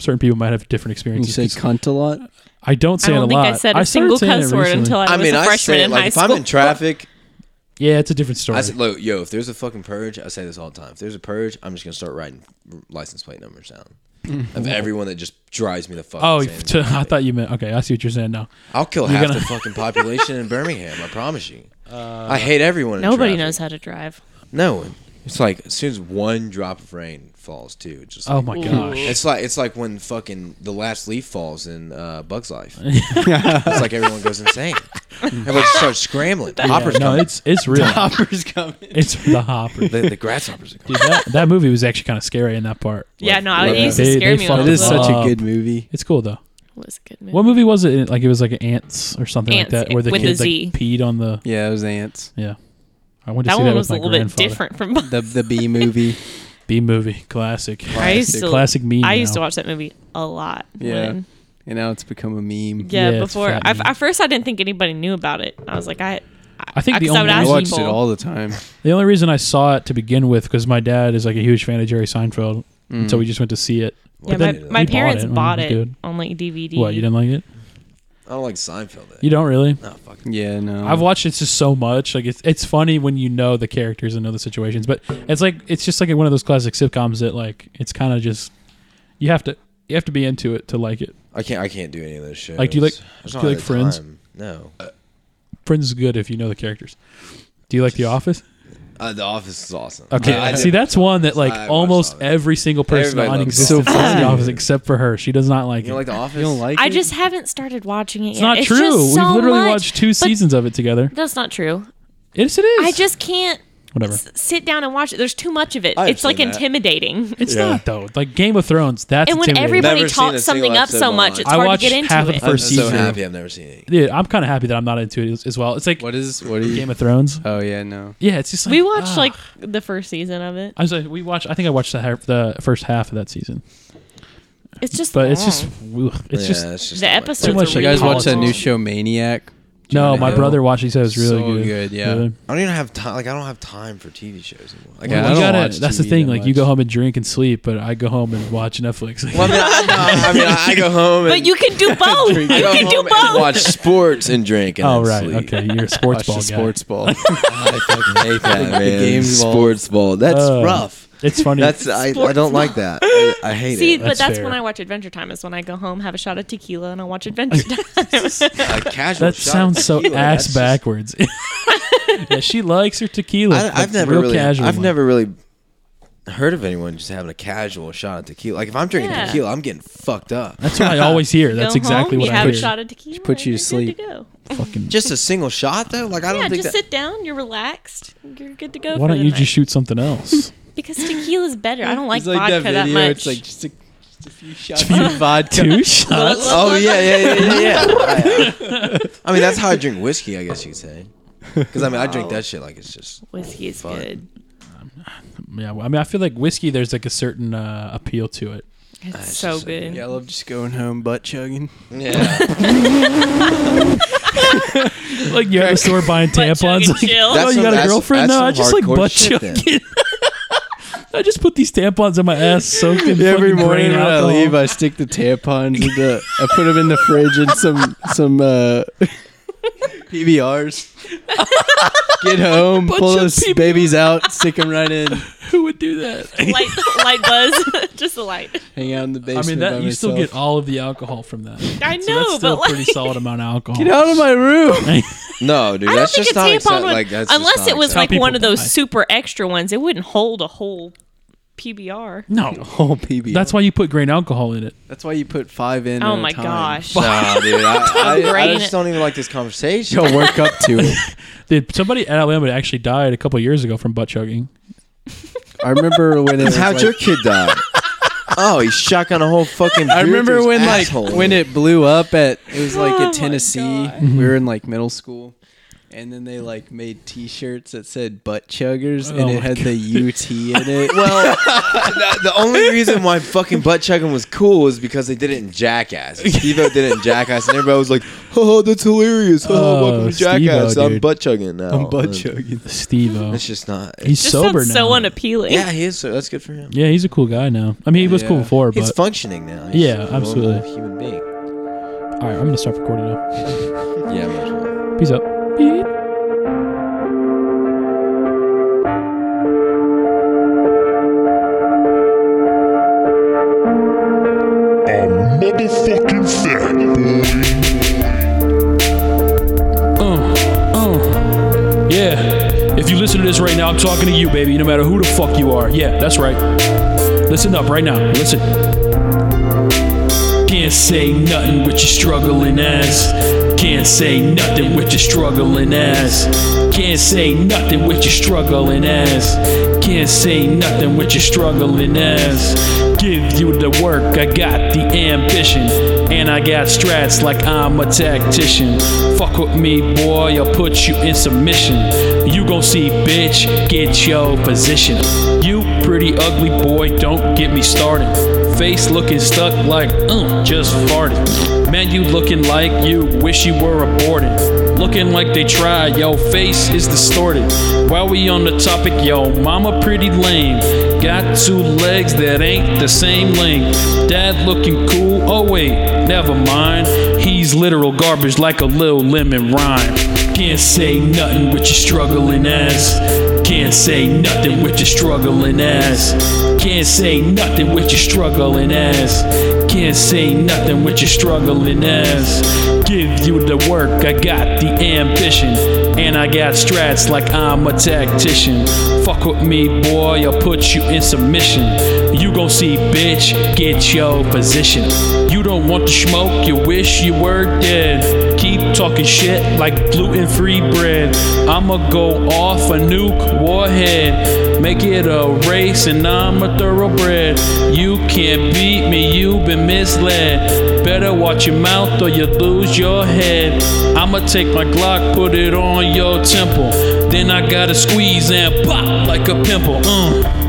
[SPEAKER 3] certain people might have different
[SPEAKER 4] You
[SPEAKER 3] experiences.
[SPEAKER 4] say
[SPEAKER 3] 'cause
[SPEAKER 4] cunt a lot.
[SPEAKER 3] I don't
[SPEAKER 1] I
[SPEAKER 3] say
[SPEAKER 1] don't
[SPEAKER 3] it a
[SPEAKER 1] think
[SPEAKER 3] lot.
[SPEAKER 1] I said
[SPEAKER 3] a
[SPEAKER 1] a single cuss word until I was
[SPEAKER 6] I mean,
[SPEAKER 1] a
[SPEAKER 6] I
[SPEAKER 1] freshman
[SPEAKER 6] say it,
[SPEAKER 1] in
[SPEAKER 6] like
[SPEAKER 1] high
[SPEAKER 6] if
[SPEAKER 1] school.
[SPEAKER 6] I'm in traffic,
[SPEAKER 3] yeah, it's a different story.
[SPEAKER 6] I say, look, yo, if there's a fucking purge, I say this all the time. If there's a purge, I'm just gonna start writing license plate numbers down of everyone that just drives me the fuck.
[SPEAKER 3] Mm-hmm. oh,
[SPEAKER 6] insane.
[SPEAKER 3] to, I thought you meant okay. I see what you're saying now.
[SPEAKER 6] I'll kill half
[SPEAKER 3] gonna- Uh,
[SPEAKER 6] the fucking population in Birmingham. I promise you. I hate everyone. In
[SPEAKER 1] Nobody
[SPEAKER 6] traffic.
[SPEAKER 1] knows how to drive.
[SPEAKER 6] No one. It's like as soon as one drop of rain falls, too. It's just.
[SPEAKER 3] Oh
[SPEAKER 6] like,
[SPEAKER 3] my gosh.
[SPEAKER 6] It's like it's like when fucking the last leaf falls in uh, Bug's Life. it's like everyone goes insane. Everyone just starts scrambling. Hoppers
[SPEAKER 3] no,
[SPEAKER 6] coming.
[SPEAKER 3] it's it's real.
[SPEAKER 4] Hopper's coming.
[SPEAKER 3] it's the hopper.
[SPEAKER 6] the, the grasshoppers are coming.
[SPEAKER 3] Dude, that, that movie was actually kind of scary in that part.
[SPEAKER 1] Yeah, no, I-
[SPEAKER 6] love
[SPEAKER 1] it used to
[SPEAKER 3] that. They- they
[SPEAKER 1] scare me.
[SPEAKER 3] fuck-
[SPEAKER 1] When I
[SPEAKER 4] It is
[SPEAKER 1] was little.
[SPEAKER 4] such a
[SPEAKER 3] Uh,
[SPEAKER 4] good movie.
[SPEAKER 3] It's cool though.
[SPEAKER 1] was a good movie.
[SPEAKER 3] What movie was it? Like it was like ants or something
[SPEAKER 1] Ants,
[SPEAKER 3] like that, where the
[SPEAKER 1] with a
[SPEAKER 3] kids like
[SPEAKER 1] Z.
[SPEAKER 3] peed on the.
[SPEAKER 4] Yeah, it was ants.
[SPEAKER 3] Yeah, I went to
[SPEAKER 1] that
[SPEAKER 3] see
[SPEAKER 1] one
[SPEAKER 3] that
[SPEAKER 1] was
[SPEAKER 3] with
[SPEAKER 1] a
[SPEAKER 3] my
[SPEAKER 1] little bit
[SPEAKER 3] grandfather.
[SPEAKER 1] different from. mine.
[SPEAKER 4] The the B movie.
[SPEAKER 3] B movie classic.
[SPEAKER 1] I used to
[SPEAKER 3] classic meme.
[SPEAKER 1] I used
[SPEAKER 3] now.
[SPEAKER 1] to watch that movie a lot.
[SPEAKER 4] Yeah.
[SPEAKER 1] when-
[SPEAKER 4] And now it's become a meme.
[SPEAKER 1] yeah.
[SPEAKER 3] Yeah, it's
[SPEAKER 1] before
[SPEAKER 3] fat
[SPEAKER 1] I,
[SPEAKER 3] meme.
[SPEAKER 1] at first, I didn't think anybody knew about it. I was like, I.
[SPEAKER 3] I think the
[SPEAKER 1] 'cause
[SPEAKER 3] only
[SPEAKER 1] would
[SPEAKER 4] I
[SPEAKER 1] ask
[SPEAKER 3] Ash
[SPEAKER 4] watched it
[SPEAKER 1] people-
[SPEAKER 4] all the time.
[SPEAKER 3] The only reason I saw it to begin with because my dad is like a huge fan of Jerry Seinfeld, and so we just went to see it.
[SPEAKER 1] Yeah,
[SPEAKER 3] But
[SPEAKER 1] my,
[SPEAKER 3] then
[SPEAKER 1] my
[SPEAKER 3] we
[SPEAKER 1] parents bought
[SPEAKER 3] when
[SPEAKER 1] it,
[SPEAKER 3] we were good.
[SPEAKER 1] on like DVD.
[SPEAKER 3] What you didn't like it?
[SPEAKER 6] I don't like Seinfeld.
[SPEAKER 3] You don't really?
[SPEAKER 6] No, fuck. it.
[SPEAKER 4] Yeah, no.
[SPEAKER 3] I've watched it just so much. Like it's it's funny when you know the characters and know the situations, but it's like it's just like one of those classic sitcoms that like it's kind of just you have to you have to be into it to like it.
[SPEAKER 6] I can't. I can't do any of those shows.
[SPEAKER 3] Like, do you like-
[SPEAKER 6] I just
[SPEAKER 3] do
[SPEAKER 6] don't
[SPEAKER 3] you
[SPEAKER 6] have
[SPEAKER 3] like
[SPEAKER 6] the
[SPEAKER 3] Friends?
[SPEAKER 6] time. No.
[SPEAKER 3] Friends is good if you know the characters. Do you like The Office?
[SPEAKER 6] Uh, the Office is awesome. Uh,
[SPEAKER 3] Okay,
[SPEAKER 6] I- I
[SPEAKER 3] see
[SPEAKER 6] did-
[SPEAKER 3] that's one that like
[SPEAKER 6] I watched
[SPEAKER 3] almost
[SPEAKER 6] Office.
[SPEAKER 3] every single person
[SPEAKER 6] Everybody
[SPEAKER 3] on
[SPEAKER 6] loves
[SPEAKER 3] existence
[SPEAKER 4] Office.
[SPEAKER 3] loves The
[SPEAKER 4] Yeah.
[SPEAKER 3] Office except for her. She does not like
[SPEAKER 6] You
[SPEAKER 3] it.
[SPEAKER 6] don't like the Office?
[SPEAKER 4] you don't like
[SPEAKER 1] I
[SPEAKER 4] it?
[SPEAKER 1] just haven't started watching it yet.
[SPEAKER 3] it's not
[SPEAKER 1] It's
[SPEAKER 3] true.
[SPEAKER 1] just
[SPEAKER 3] We've
[SPEAKER 1] so
[SPEAKER 3] literally
[SPEAKER 1] much-
[SPEAKER 3] watched two seasons of it together.
[SPEAKER 1] That's not true.
[SPEAKER 3] Yes, it is.
[SPEAKER 1] I just can't
[SPEAKER 3] whatever.
[SPEAKER 1] s- sit down and watch it. There's too much of it.
[SPEAKER 6] I've
[SPEAKER 1] it's like
[SPEAKER 6] seen that.
[SPEAKER 1] intimidating.
[SPEAKER 3] It's not though. Like Game of Thrones, that's
[SPEAKER 1] and when
[SPEAKER 3] intimidating.
[SPEAKER 1] everybody
[SPEAKER 6] Never seen a
[SPEAKER 1] talks something
[SPEAKER 6] single
[SPEAKER 1] up
[SPEAKER 6] episode
[SPEAKER 1] so
[SPEAKER 6] of
[SPEAKER 1] much,
[SPEAKER 6] mine.
[SPEAKER 1] it's
[SPEAKER 3] I
[SPEAKER 1] hard to
[SPEAKER 3] watched
[SPEAKER 1] get into
[SPEAKER 3] half of the
[SPEAKER 1] it.
[SPEAKER 3] first
[SPEAKER 6] I'm so
[SPEAKER 3] season.
[SPEAKER 6] happy I've never seen any.
[SPEAKER 3] Dude, I'm kind of happy that I'm not into it as, as well. It's like
[SPEAKER 4] What is what are
[SPEAKER 3] Game
[SPEAKER 4] you?
[SPEAKER 3] of Thrones.
[SPEAKER 4] Oh yeah, no.
[SPEAKER 3] Yeah, it's just like
[SPEAKER 1] we watched
[SPEAKER 3] ah.
[SPEAKER 1] like the first season of it.
[SPEAKER 3] I was like we watched. I think I watched the half, the first half of that season,
[SPEAKER 1] It's just
[SPEAKER 3] but it's
[SPEAKER 1] long.
[SPEAKER 3] just ugh, it's
[SPEAKER 6] yeah,
[SPEAKER 3] just
[SPEAKER 6] it's just
[SPEAKER 1] the
[SPEAKER 6] not my
[SPEAKER 1] episodes
[SPEAKER 6] thing.
[SPEAKER 3] Too much
[SPEAKER 1] are
[SPEAKER 4] You
[SPEAKER 1] really
[SPEAKER 4] guys watch that
[SPEAKER 1] long.
[SPEAKER 4] new show Maniac?
[SPEAKER 3] no.
[SPEAKER 4] Jonah
[SPEAKER 3] My
[SPEAKER 4] Hill.
[SPEAKER 3] brother watched. He said it was really
[SPEAKER 4] So
[SPEAKER 3] good.
[SPEAKER 4] good, yeah.
[SPEAKER 6] I don't even have time. Like I don't have time for TV shows anymore. Like,
[SPEAKER 4] Yeah,
[SPEAKER 6] I
[SPEAKER 3] Well, you
[SPEAKER 4] I don't
[SPEAKER 3] gotta-
[SPEAKER 4] watch
[SPEAKER 3] that's the
[SPEAKER 4] TV
[SPEAKER 3] thing.
[SPEAKER 4] that
[SPEAKER 3] Like you go
[SPEAKER 4] much.
[SPEAKER 3] home and drink and sleep, but I go home and watch Netflix. Like,
[SPEAKER 6] Well, I mean, I, no, I mean, I go home and
[SPEAKER 1] But you can do both. you
[SPEAKER 6] I go
[SPEAKER 1] can do
[SPEAKER 6] home and
[SPEAKER 1] both.
[SPEAKER 6] watch sports and drink. And
[SPEAKER 3] oh
[SPEAKER 6] then
[SPEAKER 3] right,
[SPEAKER 6] sleep.
[SPEAKER 3] okay. You're a sports
[SPEAKER 4] Watch
[SPEAKER 3] ball
[SPEAKER 4] the
[SPEAKER 3] guy.
[SPEAKER 4] sports ball.
[SPEAKER 6] I fucking hate that,
[SPEAKER 4] The
[SPEAKER 6] man.
[SPEAKER 4] game's ball.
[SPEAKER 6] sports ball. That's
[SPEAKER 3] Uh,
[SPEAKER 6] rough.
[SPEAKER 3] It's funny.
[SPEAKER 6] That's I, I don't like that. I, I hate
[SPEAKER 1] See,
[SPEAKER 6] it.
[SPEAKER 1] but
[SPEAKER 3] That's
[SPEAKER 1] that's
[SPEAKER 3] fair.
[SPEAKER 1] when I watch Adventure Time. Is when I go home, have a shot of tequila, and I watch Adventure Time.
[SPEAKER 6] A casual
[SPEAKER 3] that
[SPEAKER 6] shot of
[SPEAKER 3] sounds so
[SPEAKER 6] tequila, that's
[SPEAKER 3] ass
[SPEAKER 6] just-
[SPEAKER 3] backwards. yeah, she likes her tequila.
[SPEAKER 6] I,
[SPEAKER 3] like,
[SPEAKER 6] I've never
[SPEAKER 3] real
[SPEAKER 6] really.
[SPEAKER 3] Casual
[SPEAKER 6] I've
[SPEAKER 3] one.
[SPEAKER 6] never really heard of anyone just having a casual shot of tequila. Like if I'm drinking
[SPEAKER 1] Yeah.
[SPEAKER 6] tequila, I'm getting fucked up.
[SPEAKER 3] That's what I always hear. That's
[SPEAKER 1] Go
[SPEAKER 3] exactly
[SPEAKER 1] home,
[SPEAKER 3] what
[SPEAKER 1] you
[SPEAKER 3] I
[SPEAKER 1] have
[SPEAKER 3] hear.
[SPEAKER 1] a shot of tequila.
[SPEAKER 4] put you
[SPEAKER 1] and
[SPEAKER 4] to
[SPEAKER 1] you're good
[SPEAKER 4] sleep.
[SPEAKER 1] go.
[SPEAKER 3] Fucking.
[SPEAKER 6] Just a single shot though. Like I don't
[SPEAKER 1] Yeah,
[SPEAKER 6] think
[SPEAKER 1] just
[SPEAKER 6] that.
[SPEAKER 1] sit down. You're relaxed. You're good to go.
[SPEAKER 3] Why
[SPEAKER 1] for
[SPEAKER 3] don't
[SPEAKER 1] the
[SPEAKER 3] you
[SPEAKER 1] night.
[SPEAKER 3] just shoot something else?
[SPEAKER 1] Because tequila's better. I don't like
[SPEAKER 4] It's like
[SPEAKER 1] vodka
[SPEAKER 4] that
[SPEAKER 1] that,
[SPEAKER 4] video.
[SPEAKER 1] much.
[SPEAKER 4] It's like just a, just a few shots of vodka.
[SPEAKER 3] Two shots.
[SPEAKER 6] Oh yeah, yeah, yeah, yeah. yeah. I, I- I mean, that's how I drink whiskey. I guess you could say. Because I mean, I drink that shit like it's just.
[SPEAKER 1] Whiskey's
[SPEAKER 6] Fuck. Ah,
[SPEAKER 1] good.
[SPEAKER 3] Yeah, well, I mean, I feel like whiskey. There's like a certain uh, appeal to it.
[SPEAKER 1] It's
[SPEAKER 6] it's
[SPEAKER 1] so
[SPEAKER 6] just like-
[SPEAKER 1] good.
[SPEAKER 4] Yeah, I love just going home butt chugging.
[SPEAKER 6] Yeah.
[SPEAKER 3] Like you're at the store buying tampons.
[SPEAKER 1] chugging
[SPEAKER 3] Like,
[SPEAKER 1] chill.
[SPEAKER 3] oh,
[SPEAKER 6] That's
[SPEAKER 3] you
[SPEAKER 6] some-
[SPEAKER 3] got a
[SPEAKER 6] that's-
[SPEAKER 3] girlfriend?
[SPEAKER 6] that's
[SPEAKER 3] No, I
[SPEAKER 6] some
[SPEAKER 3] just like
[SPEAKER 6] hardcore
[SPEAKER 3] butt
[SPEAKER 6] shit then.
[SPEAKER 3] chugging. I just put these tampons in my ass, soaking
[SPEAKER 4] Every morning when I leave, I stick the tampons in the. I put them in the fridge and some some uh, PBRs. Get home,
[SPEAKER 3] Bunch
[SPEAKER 4] pull
[SPEAKER 3] of
[SPEAKER 4] those
[SPEAKER 3] PBRs.
[SPEAKER 4] babies out, stick them right in.
[SPEAKER 7] Who would do that?
[SPEAKER 1] light, light buzz, just a light.
[SPEAKER 4] Hang out in the
[SPEAKER 7] I
[SPEAKER 4] basement.
[SPEAKER 7] mean,
[SPEAKER 4] by
[SPEAKER 7] that you still
[SPEAKER 4] myself.
[SPEAKER 7] get all of the alcohol from that.
[SPEAKER 1] I know,
[SPEAKER 7] So that's still
[SPEAKER 1] but
[SPEAKER 7] a pretty
[SPEAKER 1] like,
[SPEAKER 7] solid amount of alcohol.
[SPEAKER 4] Get out of my room.
[SPEAKER 6] No, dude,
[SPEAKER 1] I don't
[SPEAKER 6] that's
[SPEAKER 1] think a
[SPEAKER 6] just not
[SPEAKER 1] tampon
[SPEAKER 6] accept-
[SPEAKER 1] would,
[SPEAKER 6] like that's just
[SPEAKER 1] unless
[SPEAKER 6] not
[SPEAKER 1] it was
[SPEAKER 6] acceptable.
[SPEAKER 1] like
[SPEAKER 7] Some
[SPEAKER 1] one
[SPEAKER 7] people
[SPEAKER 1] of those
[SPEAKER 7] die.
[SPEAKER 1] super extra ones. It wouldn't hold a whole PBR.
[SPEAKER 7] No,
[SPEAKER 4] Whole PB.
[SPEAKER 7] that's why you put grain alcohol in it.
[SPEAKER 4] That's why you put five in.
[SPEAKER 1] Oh
[SPEAKER 4] at a
[SPEAKER 1] my
[SPEAKER 4] time.
[SPEAKER 1] gosh!
[SPEAKER 6] Nah, dude, I, I, I
[SPEAKER 1] Brain
[SPEAKER 6] just
[SPEAKER 1] it.
[SPEAKER 6] don't even like this conversation.
[SPEAKER 4] Don't work up to it.
[SPEAKER 7] Did somebody at Alabama actually died a couple years ago from butt chugging?
[SPEAKER 4] I remember when it. was
[SPEAKER 6] How'd
[SPEAKER 4] like-
[SPEAKER 6] your kid die? oh, he shotgun a whole fucking.
[SPEAKER 4] I
[SPEAKER 6] beer through
[SPEAKER 4] remember
[SPEAKER 6] his
[SPEAKER 4] when like
[SPEAKER 6] asshole.
[SPEAKER 4] when it blew up at it was like
[SPEAKER 1] Oh my
[SPEAKER 4] at Tennessee.
[SPEAKER 1] God.
[SPEAKER 4] We were in like middle school. And then they like made T-shirts that said "butt chuggers"
[SPEAKER 7] Oh
[SPEAKER 4] and it
[SPEAKER 7] my
[SPEAKER 4] had the UT in it.
[SPEAKER 6] Well, the, the only reason why fucking butt chugging was cool is because they did it in Jackass. Steve-O did it in Jackass, and everybody was like, "Oh, that's hilarious! Oh, welcome
[SPEAKER 7] Oh,
[SPEAKER 6] to Jackass.
[SPEAKER 7] Steve-O,
[SPEAKER 6] I'm
[SPEAKER 7] dude.
[SPEAKER 6] butt chugging
[SPEAKER 7] Oh,
[SPEAKER 6] now.
[SPEAKER 4] I'm
[SPEAKER 7] uh,
[SPEAKER 4] butt chugging.
[SPEAKER 7] Steve O.
[SPEAKER 6] That's just not.
[SPEAKER 7] He's
[SPEAKER 1] Just
[SPEAKER 7] sober
[SPEAKER 1] sounds
[SPEAKER 7] now.
[SPEAKER 1] so unappealing.
[SPEAKER 6] yeah, he is. So that's good for him.
[SPEAKER 7] Yeah, he's a cool guy now. I mean, he was cool
[SPEAKER 4] Yeah.
[SPEAKER 7] before,
[SPEAKER 6] He's
[SPEAKER 7] but
[SPEAKER 6] functioning now. He's
[SPEAKER 7] Yeah,
[SPEAKER 6] a normal
[SPEAKER 7] absolutely.
[SPEAKER 6] Human being.
[SPEAKER 7] all right, I'm gonna start recording now.
[SPEAKER 6] Yeah. might as well.
[SPEAKER 7] Peace out.
[SPEAKER 8] motherfucking fat boy.
[SPEAKER 3] Oh, Yeah. If you listen to this right now, I'm talking to you, baby, no matter who the fuck you are. Yeah, that's right. Listen up right now. Listen. Can't say nothing with your struggling ass. Can't say nothing with your struggling ass. Can't say nothing with your struggling ass. Can't say nothing with your struggling ass. Give you the work, I got the ambition. And I got strats like I'm a tactician. Fuck with me, boy, I'll put you in submission. You gon' see, bitch, get your position. You pretty ugly boy, don't get me started. Face looking stuck like, mm, just farted. Man, you looking like you wish you were aborted. Looking like they tried, yo, face is distorted. While we on the topic, yo, mama pretty lame. Got two legs that ain't the same length. Dad looking cool, oh wait, never mind. He's literal garbage like a little lemon rhyme. Can't say nothing with your struggling ass. Can't say nothing with your struggling ass. Can't say nothing with your struggling ass. Can't say nothing with your struggling ass. Give you the work, I got the ambition. And I got strats like I'm a tactician. Fuck with me, boy, I'll put you in submission. You gon' see, bitch, get your position. You don't want to smoke, you wish you were dead. Keep talking shit like gluten free bread. I'ma go off a nuke warhead. Make it a race and I'm a thoroughbred. You can't beat me, you've been misled. Better watch your mouth or you lose your head. I'ma take my Glock, put it on your temple. Then I gotta squeeze and pop like a pimple. Mm.